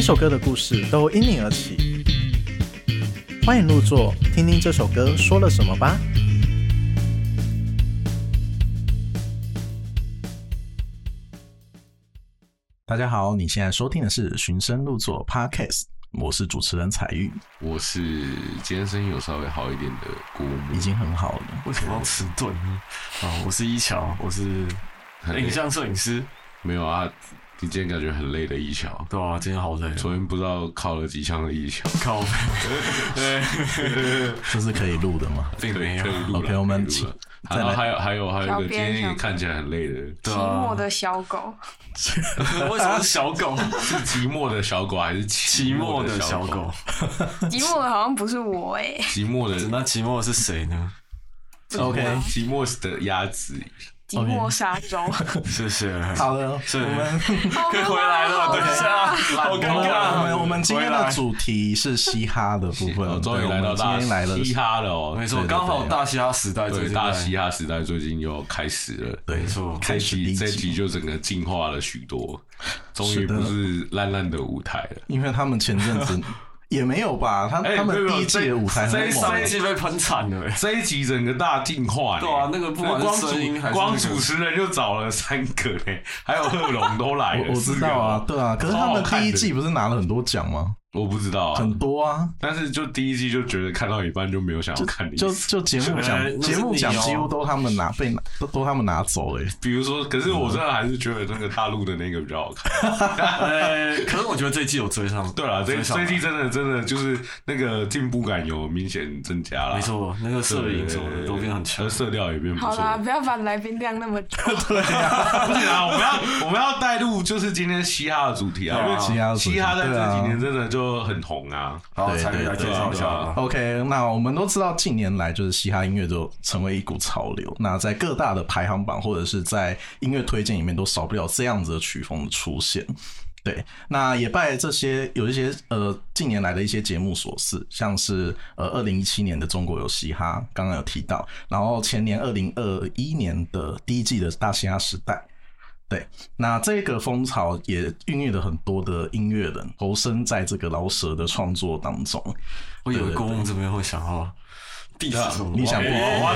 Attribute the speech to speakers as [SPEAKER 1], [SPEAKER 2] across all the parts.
[SPEAKER 1] 首歌的故事都因你而起。欢迎入座，听听这首歌说了什么吧。大家好，你现在收听的是《寻声入座》Podcast，我是主持人彩玉，
[SPEAKER 2] 我是今天声音有稍微好一点的姑母
[SPEAKER 1] 已，经很好了。
[SPEAKER 3] 为什么要迟钝呢？啊，我是一桥，我哎是
[SPEAKER 2] 很
[SPEAKER 3] 影像摄影师。
[SPEAKER 2] 没有啊？你今天感觉很累的一桥，
[SPEAKER 3] 对啊，今天好累啊，
[SPEAKER 2] 昨天不知道靠了几枪的一桥，
[SPEAKER 3] 靠背。对，
[SPEAKER 1] 这是可以录的吗？
[SPEAKER 3] 并没有
[SPEAKER 2] 可以录了
[SPEAKER 1] OK，我们
[SPEAKER 2] 可以录了
[SPEAKER 1] 再来
[SPEAKER 2] 然后还有还有还有
[SPEAKER 4] 小
[SPEAKER 2] 一个今
[SPEAKER 4] 编
[SPEAKER 2] 天也
[SPEAKER 4] 小
[SPEAKER 2] 看起来很累的，
[SPEAKER 3] 对
[SPEAKER 4] 寂
[SPEAKER 3] 啊
[SPEAKER 4] 寞的小狗，
[SPEAKER 3] 为什么是小 狗？
[SPEAKER 2] 是寂寞的小狗还是寂
[SPEAKER 3] 寂
[SPEAKER 2] 寞
[SPEAKER 3] 寞的小
[SPEAKER 2] 小
[SPEAKER 3] 狗？，
[SPEAKER 4] 寂寞的好像不是我哎、
[SPEAKER 2] 寂寞的
[SPEAKER 3] 那寂寞的是谁呢？
[SPEAKER 1] OK
[SPEAKER 2] 寂寞的鸭子，
[SPEAKER 4] 寂寞沙洲。
[SPEAKER 3] 谢谢。
[SPEAKER 1] 好了，
[SPEAKER 3] 是
[SPEAKER 1] 我们
[SPEAKER 3] 可以回来了，等一下，好
[SPEAKER 1] 我
[SPEAKER 3] 尴
[SPEAKER 1] 们我们
[SPEAKER 3] 尬。啊
[SPEAKER 1] 我们今天
[SPEAKER 3] 回
[SPEAKER 1] 的
[SPEAKER 3] 来
[SPEAKER 1] 主题是嘻哈的部分，
[SPEAKER 2] 哦终于
[SPEAKER 1] 对
[SPEAKER 2] 来
[SPEAKER 1] 我
[SPEAKER 2] 到
[SPEAKER 1] 们
[SPEAKER 2] 大
[SPEAKER 1] 今天来了
[SPEAKER 2] 嘻哈了哦，
[SPEAKER 3] 没
[SPEAKER 1] 对
[SPEAKER 3] 错，
[SPEAKER 1] 对对
[SPEAKER 3] 刚好大嘻哈时代，
[SPEAKER 2] 对，大啊嘻，哈时代最近又开始了，
[SPEAKER 1] 对
[SPEAKER 3] 没错
[SPEAKER 2] 这
[SPEAKER 1] 开
[SPEAKER 2] 一
[SPEAKER 1] 始第
[SPEAKER 2] 集
[SPEAKER 1] 一
[SPEAKER 2] 这一
[SPEAKER 1] 集
[SPEAKER 2] 集，就整个进化了许多，终
[SPEAKER 1] 是
[SPEAKER 2] 于
[SPEAKER 1] 的
[SPEAKER 2] 不是烂烂的舞台了。
[SPEAKER 1] 因为他们前阵子也没有吧，他
[SPEAKER 2] 哎
[SPEAKER 1] 他们
[SPEAKER 2] 没有
[SPEAKER 1] 第一季的舞台
[SPEAKER 3] 这
[SPEAKER 1] 很
[SPEAKER 3] 一
[SPEAKER 1] 猛
[SPEAKER 3] 上一
[SPEAKER 1] 欸，
[SPEAKER 3] 季被喷惨了。
[SPEAKER 2] 这一集整个大进化呢，
[SPEAKER 3] 对啊那个不管是
[SPEAKER 2] 光主
[SPEAKER 3] 声音还是
[SPEAKER 2] 光
[SPEAKER 3] 那个
[SPEAKER 2] 主持人就找了三个嘞， 还有贺龙都来了，
[SPEAKER 1] 我我
[SPEAKER 2] 四
[SPEAKER 1] 知
[SPEAKER 2] 个
[SPEAKER 1] 道啊
[SPEAKER 2] 哦，
[SPEAKER 1] 对啊，可是他们第一季不是拿了很多奖吗？
[SPEAKER 2] 我不知道啊，
[SPEAKER 1] 很多啊，
[SPEAKER 2] 但是就第一季就觉得看到一半就没有想要看的意
[SPEAKER 1] 就
[SPEAKER 2] 思。
[SPEAKER 1] 就节目
[SPEAKER 3] 哎
[SPEAKER 1] 奖
[SPEAKER 3] 那是
[SPEAKER 1] 节目奖
[SPEAKER 3] 你哦
[SPEAKER 1] 几乎都他们拿被拿都都他们拿走了欸，
[SPEAKER 2] 比如说，可是我真的还是觉得那个大陆的那个比较好
[SPEAKER 1] 嗯
[SPEAKER 2] 看。
[SPEAKER 3] 呃，可是我觉得这一季有追上，
[SPEAKER 2] 对啦，这
[SPEAKER 3] 追上
[SPEAKER 2] 这
[SPEAKER 3] 来
[SPEAKER 2] 一季真的真的就是那个进步感有明显增加了，
[SPEAKER 3] 没错，那个摄影什么的都变得很强
[SPEAKER 2] 而。色调也变不错。
[SPEAKER 4] 好啦，不要把来宾量那么低。
[SPEAKER 2] 不行啊，我们要我们要带入就是今天嘻哈的主题啊，
[SPEAKER 3] 对啊
[SPEAKER 2] 因
[SPEAKER 1] 嘻哈的
[SPEAKER 2] 为
[SPEAKER 1] 主题
[SPEAKER 2] 嘻哈在
[SPEAKER 1] 对
[SPEAKER 2] 这
[SPEAKER 1] 啊
[SPEAKER 2] 几年真的就很红啊。
[SPEAKER 3] 好，
[SPEAKER 1] 对
[SPEAKER 3] 彩礼
[SPEAKER 1] 对啊
[SPEAKER 3] 来介
[SPEAKER 2] 对
[SPEAKER 3] 绍一
[SPEAKER 2] 对
[SPEAKER 3] 下
[SPEAKER 2] 对
[SPEAKER 3] 吧。
[SPEAKER 1] OK，那我们都知道，近年来就是嘻哈音乐就成为一股潮流。那在各大的排行榜或者是在音乐推荐里面，都少不了这样子的曲风的出现。对，那也拜这些有一些呃近年来的一些节目所赐，像是呃二零一七年的《中国有嘻哈》，刚刚有提到，然后前年二零二一年的第一季的《大嘻哈时代》。对，那这个风潮也孕育了很多的音乐人投身在这个饶舌的创作当中。
[SPEAKER 3] 我以为公公这边会想要 diss 什么，
[SPEAKER 1] 你想
[SPEAKER 2] 我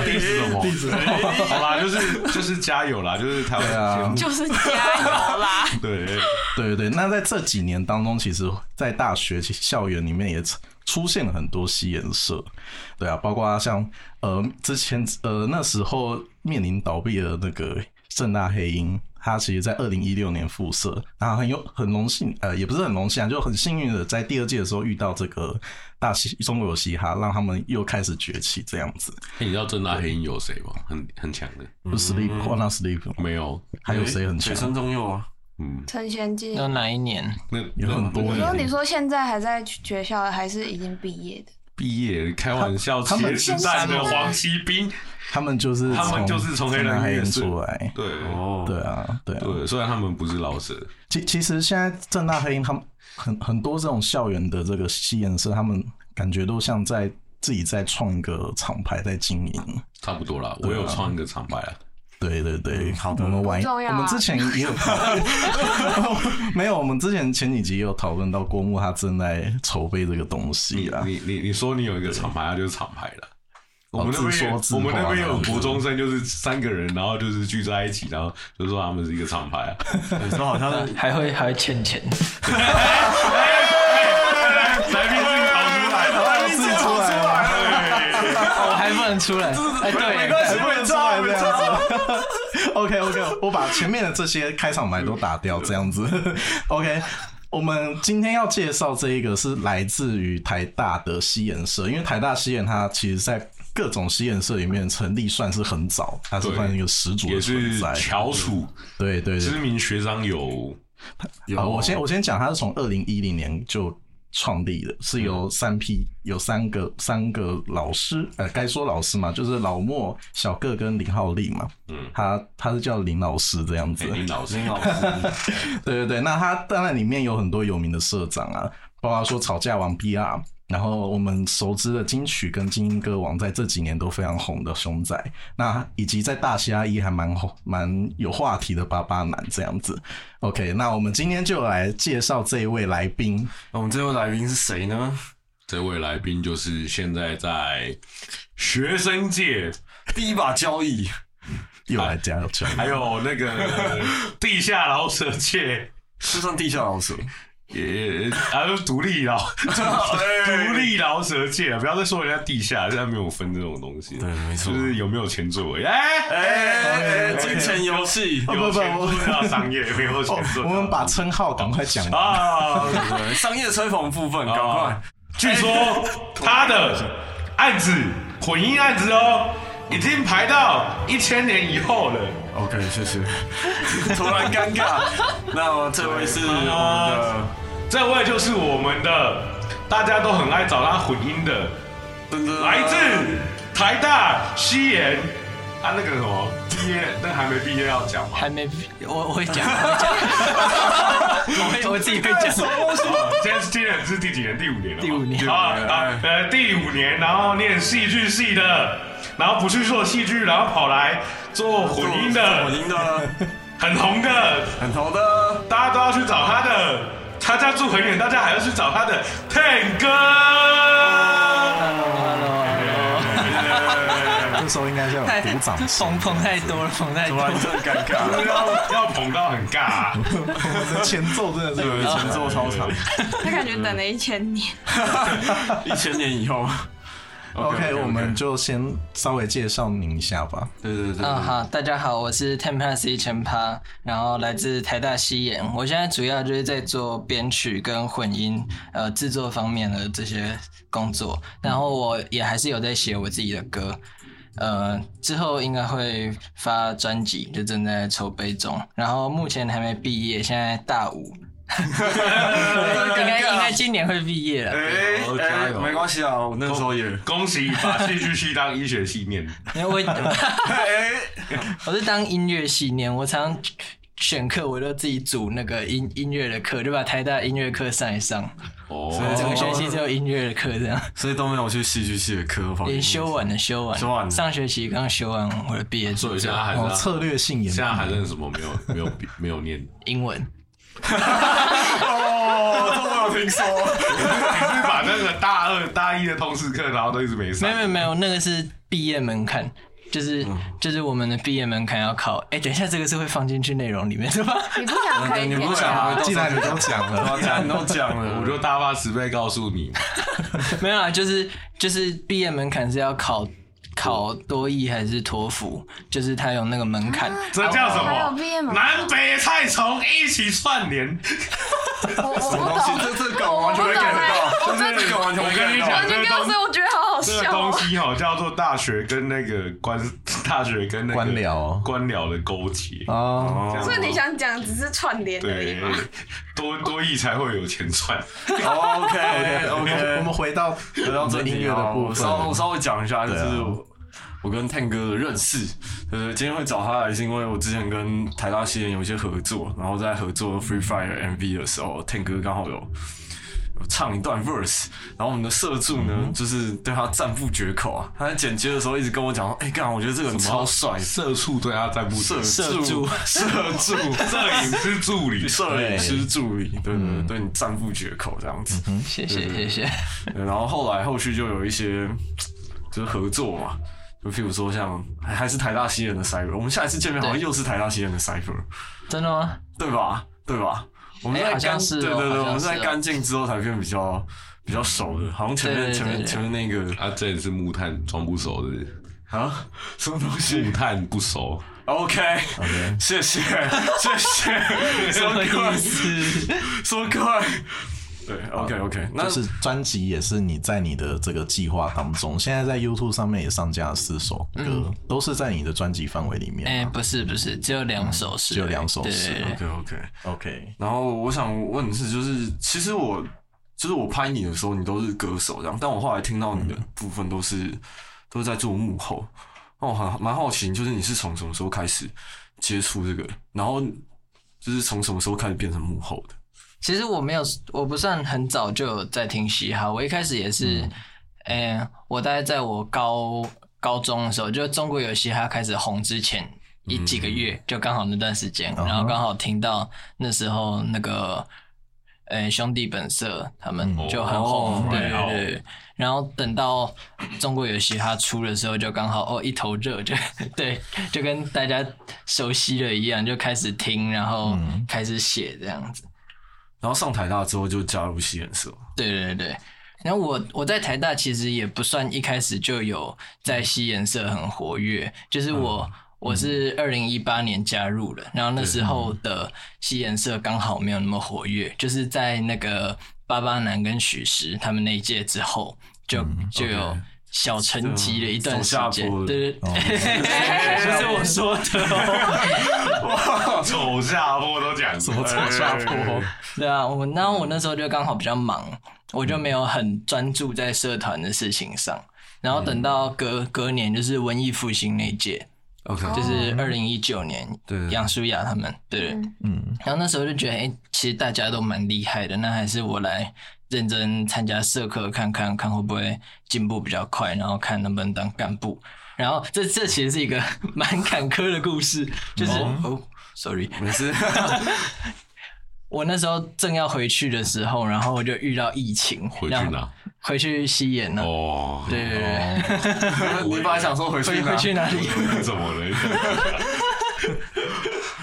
[SPEAKER 1] diss
[SPEAKER 2] 我要 diss 什么？
[SPEAKER 1] 地址
[SPEAKER 2] 好啦，就是就是加油啦，就是台湾
[SPEAKER 1] 对啊
[SPEAKER 2] 的节目
[SPEAKER 4] 就是加油啦！
[SPEAKER 2] 对
[SPEAKER 1] 对对对，那在这几年当中，其实，在大学其实校园里面也出出现了很多吸颜社，对啊，包括像呃之前呃那时候面临倒闭的那个正大黑鹰，它其实在二零一六年复社，然后很有很荣幸呃也不是很荣幸啊，就很幸运的在第二届的时候遇到这个大西中国有嘻哈，让他们又开始崛起这样子。
[SPEAKER 2] 欸你知道正大黑鹰有谁吗？很很强的，
[SPEAKER 1] 就 sleep，哇那 sleep，
[SPEAKER 2] 没有，
[SPEAKER 1] 还有谁很
[SPEAKER 3] 学
[SPEAKER 1] 强？
[SPEAKER 3] 生中佑啊，
[SPEAKER 2] 嗯，
[SPEAKER 4] 陈贤基，
[SPEAKER 5] 有哪一年？
[SPEAKER 2] 那
[SPEAKER 1] 有
[SPEAKER 2] 那
[SPEAKER 1] 很多
[SPEAKER 2] 那
[SPEAKER 4] 你
[SPEAKER 1] 耶
[SPEAKER 4] 说你说现在还在学校，还是已经毕业的？
[SPEAKER 2] 毕业开玩笑，
[SPEAKER 1] 他他们
[SPEAKER 2] 茄时代的黄奇兵，
[SPEAKER 1] 他们就是
[SPEAKER 2] 他们就是从黑人
[SPEAKER 1] 正大黑
[SPEAKER 2] 乐
[SPEAKER 1] 鹰
[SPEAKER 2] 队
[SPEAKER 1] 出来，
[SPEAKER 2] 对
[SPEAKER 3] 哦，
[SPEAKER 1] 对啊，对啊。
[SPEAKER 2] 对，虽然他们不是老师，
[SPEAKER 1] 其其实现在正大黑鹰他们很很多这种校园的这个吸颜社，他们感觉都像在自己在创一个厂牌在经营。
[SPEAKER 2] 差不多啦，我有创一个厂牌啊，
[SPEAKER 1] 对对
[SPEAKER 2] 嗯
[SPEAKER 1] 对，
[SPEAKER 3] 好的
[SPEAKER 1] 我们玩，
[SPEAKER 4] 不重要
[SPEAKER 1] 我
[SPEAKER 4] 啊
[SPEAKER 1] 们之前也 有没有，我们之前前几集也有讨论到郭牧他正在筹备这个东西
[SPEAKER 2] 你
[SPEAKER 1] 啦。
[SPEAKER 2] 你你你说你有一个厂牌，那就是厂牌了。
[SPEAKER 1] 哦
[SPEAKER 2] 嗯我们那边
[SPEAKER 1] 自说
[SPEAKER 2] 有
[SPEAKER 1] 自
[SPEAKER 2] 我们
[SPEAKER 1] 话
[SPEAKER 2] 那边有
[SPEAKER 1] 这样子
[SPEAKER 2] 国中生，就是三个人，然后就是聚在一起，然后就说他们是一个厂牌啊。
[SPEAKER 3] 你说好像是
[SPEAKER 5] 还会还会欠钱？
[SPEAKER 2] 来宾是跑出来的，
[SPEAKER 1] 自己出来了，
[SPEAKER 5] 我哦还不能出来。哎，对，
[SPEAKER 1] 还不能出来这样子。OK OK，我把前面的这些开场白都打掉，这样子。OK，我们今天要介绍这一个是来自于台大的西研社，因为台大西研它其实在各种西研社里面成立算是很早，它是
[SPEAKER 2] 对
[SPEAKER 1] 算一个始祖
[SPEAKER 2] 也
[SPEAKER 1] 的存
[SPEAKER 2] 是
[SPEAKER 1] 在。
[SPEAKER 2] 翘楚
[SPEAKER 1] 对对对
[SPEAKER 2] 知，名学长有哦
[SPEAKER 1] 好，呃我先我先讲，它是从二零一零年就创立的，
[SPEAKER 2] 嗯
[SPEAKER 1] 是由三批有三个三个老师，呃，该说老师嘛，就是老莫、小个跟林浩利嘛，嗯，他他是叫林老师这样子，
[SPEAKER 2] 哎林老师，
[SPEAKER 3] 林老师，
[SPEAKER 1] 对对对，那他当然里面有很多有名的社长啊，包括说吵架王 BR，然后我们熟知的金曲跟金鹰歌王在这几年都非常红的熊仔，那以及在大嘻哈一还蛮红、蛮有话题的巴巴男这样子。OK，那我们今天就来介绍这一位来宾，
[SPEAKER 3] 那我们这位来宾是谁呢？
[SPEAKER 2] 这位来宾就是现在在学生界，
[SPEAKER 3] 第一把交椅，
[SPEAKER 1] 又来加油！
[SPEAKER 2] 还有那个地下老舍界，
[SPEAKER 3] 是上地下老鼠，
[SPEAKER 2] 也还有独立老独立老舍界，啊不要再说人家地下，现在没有分这种东西。
[SPEAKER 3] 对，没错
[SPEAKER 2] 就。是有没有钱作为？哎
[SPEAKER 3] 哎，金钱游戏，
[SPEAKER 1] 哦
[SPEAKER 2] 有
[SPEAKER 1] 不不
[SPEAKER 2] 钱做到商业，没有钱做
[SPEAKER 1] 我
[SPEAKER 2] 到
[SPEAKER 1] 们把称号赶快讲完。
[SPEAKER 2] 啊，
[SPEAKER 3] 对商业吹捧部分，赶快
[SPEAKER 2] 哦。据说他的案子混音案子哦，已经排到一千年以后了。
[SPEAKER 3] OK，谢谢。突然尴尬，那么这位是我们的
[SPEAKER 2] 这位就是我们的，大家都很爱找他混音的，
[SPEAKER 3] 噔噔
[SPEAKER 2] 来自台大西研，啊那个什么毕业，那还没毕业要讲吗？
[SPEAKER 5] 还没，我我会 讲，我会讲， 我会我自己会讲。
[SPEAKER 2] 现在今年是第几年？第五年了吗。
[SPEAKER 5] 第五年
[SPEAKER 2] 啊啊呃，第五年，然后念戏剧系的，然后不去做戏剧，然后跑来做混音
[SPEAKER 3] 混
[SPEAKER 2] 的，
[SPEAKER 3] 音的，
[SPEAKER 2] 很红的，
[SPEAKER 3] 很头的，
[SPEAKER 2] 大家都要去找他的。他家住很远，大家还要去找他的 Ten 哥。
[SPEAKER 1] 这时候应该叫
[SPEAKER 5] 太
[SPEAKER 1] 鼓 掌声。
[SPEAKER 5] 捧捧太多了，捧太
[SPEAKER 3] 突
[SPEAKER 5] 多
[SPEAKER 3] 然
[SPEAKER 5] 了。
[SPEAKER 3] 真的尴尬。
[SPEAKER 2] 要要捧到很尬、啊，
[SPEAKER 1] 我们的前奏真的是有
[SPEAKER 3] 对，前奏超长，
[SPEAKER 4] 他感觉等了一千年。
[SPEAKER 3] 一千年以后。
[SPEAKER 1] OK，我们就先稍微介绍您一下吧。
[SPEAKER 3] 对对对对
[SPEAKER 5] 嗯，好，大家好，我是 Ten Plus 一千趴，然后来自台大西演。我现在主要就是在做编曲跟混音，呃，制作方面的这些工作。然后我也还是有在写我自己的歌，呃，之后应该会发专辑，就正在筹备中。然后目前还没毕业，现在大五， 应该应该今年会毕业了。
[SPEAKER 2] 好
[SPEAKER 3] 哎
[SPEAKER 2] 加
[SPEAKER 3] 哎，
[SPEAKER 2] 油
[SPEAKER 3] 没关系啊，我那时候也。
[SPEAKER 2] 恭喜把戏剧系当医学系念。
[SPEAKER 5] 因为我
[SPEAKER 3] 哎，
[SPEAKER 5] 我是当音乐系念，我常常选课，我都自己组那个音音乐的课，就把台大音乐课上一上，
[SPEAKER 2] 哦，
[SPEAKER 5] 整个学期只有音乐的课这样。
[SPEAKER 3] 所以都没有去戏剧系的科吧？
[SPEAKER 5] 也修完了，修完了，
[SPEAKER 3] 修完了
[SPEAKER 5] 上学期刚修完我的毕业作
[SPEAKER 2] 所以现
[SPEAKER 5] 业，
[SPEAKER 2] 在还
[SPEAKER 1] 哦，
[SPEAKER 2] 是
[SPEAKER 1] 策略性演
[SPEAKER 2] 现
[SPEAKER 1] 绎
[SPEAKER 2] 在还认识什么没有没有没有念？
[SPEAKER 5] 英文。
[SPEAKER 3] 哦，这我有听说。
[SPEAKER 2] 你是把那个大二大一的通识课，然后都一直没上
[SPEAKER 5] 没有没有没有，那个是毕业门槛，就是、
[SPEAKER 3] 嗯
[SPEAKER 5] 就是我们的毕业门槛要考。哎、等一下，这个是会放进去内容里面是 吧？
[SPEAKER 4] 你不想可以
[SPEAKER 3] 你
[SPEAKER 4] 点
[SPEAKER 3] 不想
[SPEAKER 4] 啊
[SPEAKER 3] 啊？
[SPEAKER 1] 既然你都讲了，
[SPEAKER 3] 既然你都讲了，
[SPEAKER 2] 我
[SPEAKER 3] 我就
[SPEAKER 2] 就大发慈悲告诉你，
[SPEAKER 5] 没有啊，就是就是毕业门槛是要考考多益还是托福，就是它有那个门槛。
[SPEAKER 3] 哦
[SPEAKER 2] 这叫什
[SPEAKER 4] 还有毕业
[SPEAKER 2] 么？
[SPEAKER 4] 吗
[SPEAKER 2] 南北菜虫一起串联。
[SPEAKER 4] 我我不
[SPEAKER 3] 东西，这
[SPEAKER 4] 懂，
[SPEAKER 3] 这梗我完全没 get 到，这这梗完全没 get
[SPEAKER 2] 我
[SPEAKER 3] 到
[SPEAKER 4] 完
[SPEAKER 2] 跟。
[SPEAKER 4] 全告诉我觉得好好
[SPEAKER 2] 这个
[SPEAKER 4] 笑
[SPEAKER 2] 东
[SPEAKER 4] 哦。
[SPEAKER 2] 西哈、叫做大学跟那个官，大学跟那个
[SPEAKER 1] 官僚
[SPEAKER 2] 官僚的哦啊勾结。
[SPEAKER 1] 哦，
[SPEAKER 2] 这样
[SPEAKER 4] 所以你想讲只是串联而已
[SPEAKER 2] 对
[SPEAKER 4] 嘛？
[SPEAKER 2] 多多亿才会有钱赚。
[SPEAKER 3] 哦 OK
[SPEAKER 1] 我们
[SPEAKER 3] OK，
[SPEAKER 1] 我们回到
[SPEAKER 3] 回到正
[SPEAKER 1] 音
[SPEAKER 3] 题
[SPEAKER 1] 乐的
[SPEAKER 3] 啊，
[SPEAKER 1] 部
[SPEAKER 3] 我稍我
[SPEAKER 1] 分。
[SPEAKER 3] 稍微讲一下，就
[SPEAKER 1] 对啊
[SPEAKER 3] 是我我跟 Ten 哥的认识。呃，今天会找他来是因为我之前跟台大西人有一些合作，然后在合作 Free Fire MV 的时候，Ten 哥刚好有有唱一段 verse，然后我们的社助呢，就是对他赞不绝口啊。他在剪接的时候一直跟我讲说：“哎、干，我觉得这个人超帅。”
[SPEAKER 2] 社畜对他赞不绝口，
[SPEAKER 3] 社
[SPEAKER 5] 社 助
[SPEAKER 3] 助，社助，
[SPEAKER 2] 摄影师助理。
[SPEAKER 3] 摄影师助理，对对对，对你赞不绝口这样子。
[SPEAKER 5] 谢谢
[SPEAKER 3] 嗯
[SPEAKER 5] 谢谢。
[SPEAKER 3] 对然后后来后续就有一些就是合作嘛，就譬如说像还还是台大西人的 Cyber，我们下一次见面好像
[SPEAKER 5] 对
[SPEAKER 3] 又是台大西人的 Cyber，
[SPEAKER 5] 真的吗？
[SPEAKER 3] 对吧？对吧？我们
[SPEAKER 5] 哎
[SPEAKER 3] 在
[SPEAKER 5] 好像
[SPEAKER 3] 干、
[SPEAKER 5] 是哦
[SPEAKER 3] 对对
[SPEAKER 5] 好
[SPEAKER 3] 对，
[SPEAKER 5] 像
[SPEAKER 3] 我们在
[SPEAKER 5] 是哦
[SPEAKER 3] 干净之后才变比较比较熟的，好像前面
[SPEAKER 5] 对对对
[SPEAKER 3] 前面
[SPEAKER 5] 对
[SPEAKER 3] 前面那个
[SPEAKER 2] 啊，这也是木炭装不熟的，
[SPEAKER 3] 啊什么东
[SPEAKER 2] 木
[SPEAKER 3] 西
[SPEAKER 2] 炭不 熟。
[SPEAKER 3] ？OK，, 谢谢谢谢，
[SPEAKER 5] 什
[SPEAKER 3] 说
[SPEAKER 5] 么意
[SPEAKER 3] 快
[SPEAKER 5] 思？
[SPEAKER 3] 说快，对，OK OK，那
[SPEAKER 1] 就是专辑也是你在你的这个计划当中，现在在 YouTube 上面也上架了四首歌，都是在你的专辑范围里面
[SPEAKER 5] 哎、
[SPEAKER 1] 吗。
[SPEAKER 5] 不是不是，只有两首诗而已，
[SPEAKER 1] 只有两首
[SPEAKER 5] 对
[SPEAKER 1] 诗
[SPEAKER 5] 对对
[SPEAKER 3] OK OK。
[SPEAKER 1] OK，
[SPEAKER 3] 然后我想问的是，就是其实我就是我拍你的时候，你都是歌手这样，但我后来听到你的部分都是、都是在做幕后。那我很蛮好奇，就是你是从什么时候开始接触这个，然后就是从什么时候开始变成幕后的？
[SPEAKER 5] 其实我没有，我不算很早就有在听嘻哈，我一开始也是，嗯、我大概在我高高中的时候，就中国有嘻哈开始红之前一几个月，就刚好那段时间，
[SPEAKER 1] 哼
[SPEAKER 5] 然后刚好听到那时候那个。呃、兄弟本色他们
[SPEAKER 1] 嗯
[SPEAKER 5] 就很
[SPEAKER 6] 哦，
[SPEAKER 5] 红对
[SPEAKER 6] 哦
[SPEAKER 5] 对对。然后等到中国有嘻哈出的时候，就刚好哦一头热，就 对，就跟大家熟悉了一样，就开始听，然后
[SPEAKER 1] 嗯
[SPEAKER 5] 开始写这样子。
[SPEAKER 3] 然后上台大之后就加入西颜色，
[SPEAKER 5] 对对对。然后我我在台大其实也不算一开始就有在西颜色很活跃，就是我、我是二零一八年加入了，然后那时候的西颜色刚好没有那么活跃，就是在那个巴巴男跟许石他们那一届之后，就、就有
[SPEAKER 3] OK
[SPEAKER 5] 小沉寂了一段时
[SPEAKER 3] 走下
[SPEAKER 5] 间
[SPEAKER 3] 坡，了
[SPEAKER 5] 对对
[SPEAKER 1] 哦
[SPEAKER 5] 对，不是我说的哦。
[SPEAKER 6] 走下坡都讲
[SPEAKER 1] 怎么走下坡？
[SPEAKER 2] 哎
[SPEAKER 5] 对啊，我然后我那时候就刚好比较忙，我就没有很专注在社团的事情上。然后等到隔隔年就是文艺复兴那一届，
[SPEAKER 3] ？OK，
[SPEAKER 4] 哦
[SPEAKER 5] 就是二零一九年，
[SPEAKER 3] 对
[SPEAKER 5] 杨舒雅他们，对。
[SPEAKER 4] 嗯
[SPEAKER 1] 嗯，
[SPEAKER 5] 然后那时候就觉得，哎、其实大家都蛮厉害的，那还是我来认真参加社课看看，看会不会进步比较快，然后看能不能当干部。然后这这其实是一个 蛮坎坷的故事，就是哦、s o r r y
[SPEAKER 3] 没 事。
[SPEAKER 5] 我那时候正要回去的时候，然后我就遇到疫情，
[SPEAKER 6] 回去
[SPEAKER 5] 然后
[SPEAKER 6] 哪？
[SPEAKER 5] 回去西演了。
[SPEAKER 6] 哦，
[SPEAKER 5] 对对对
[SPEAKER 3] 你本来想说回去
[SPEAKER 5] 回
[SPEAKER 3] 拿
[SPEAKER 5] 回去哪里？
[SPEAKER 6] 怎么了？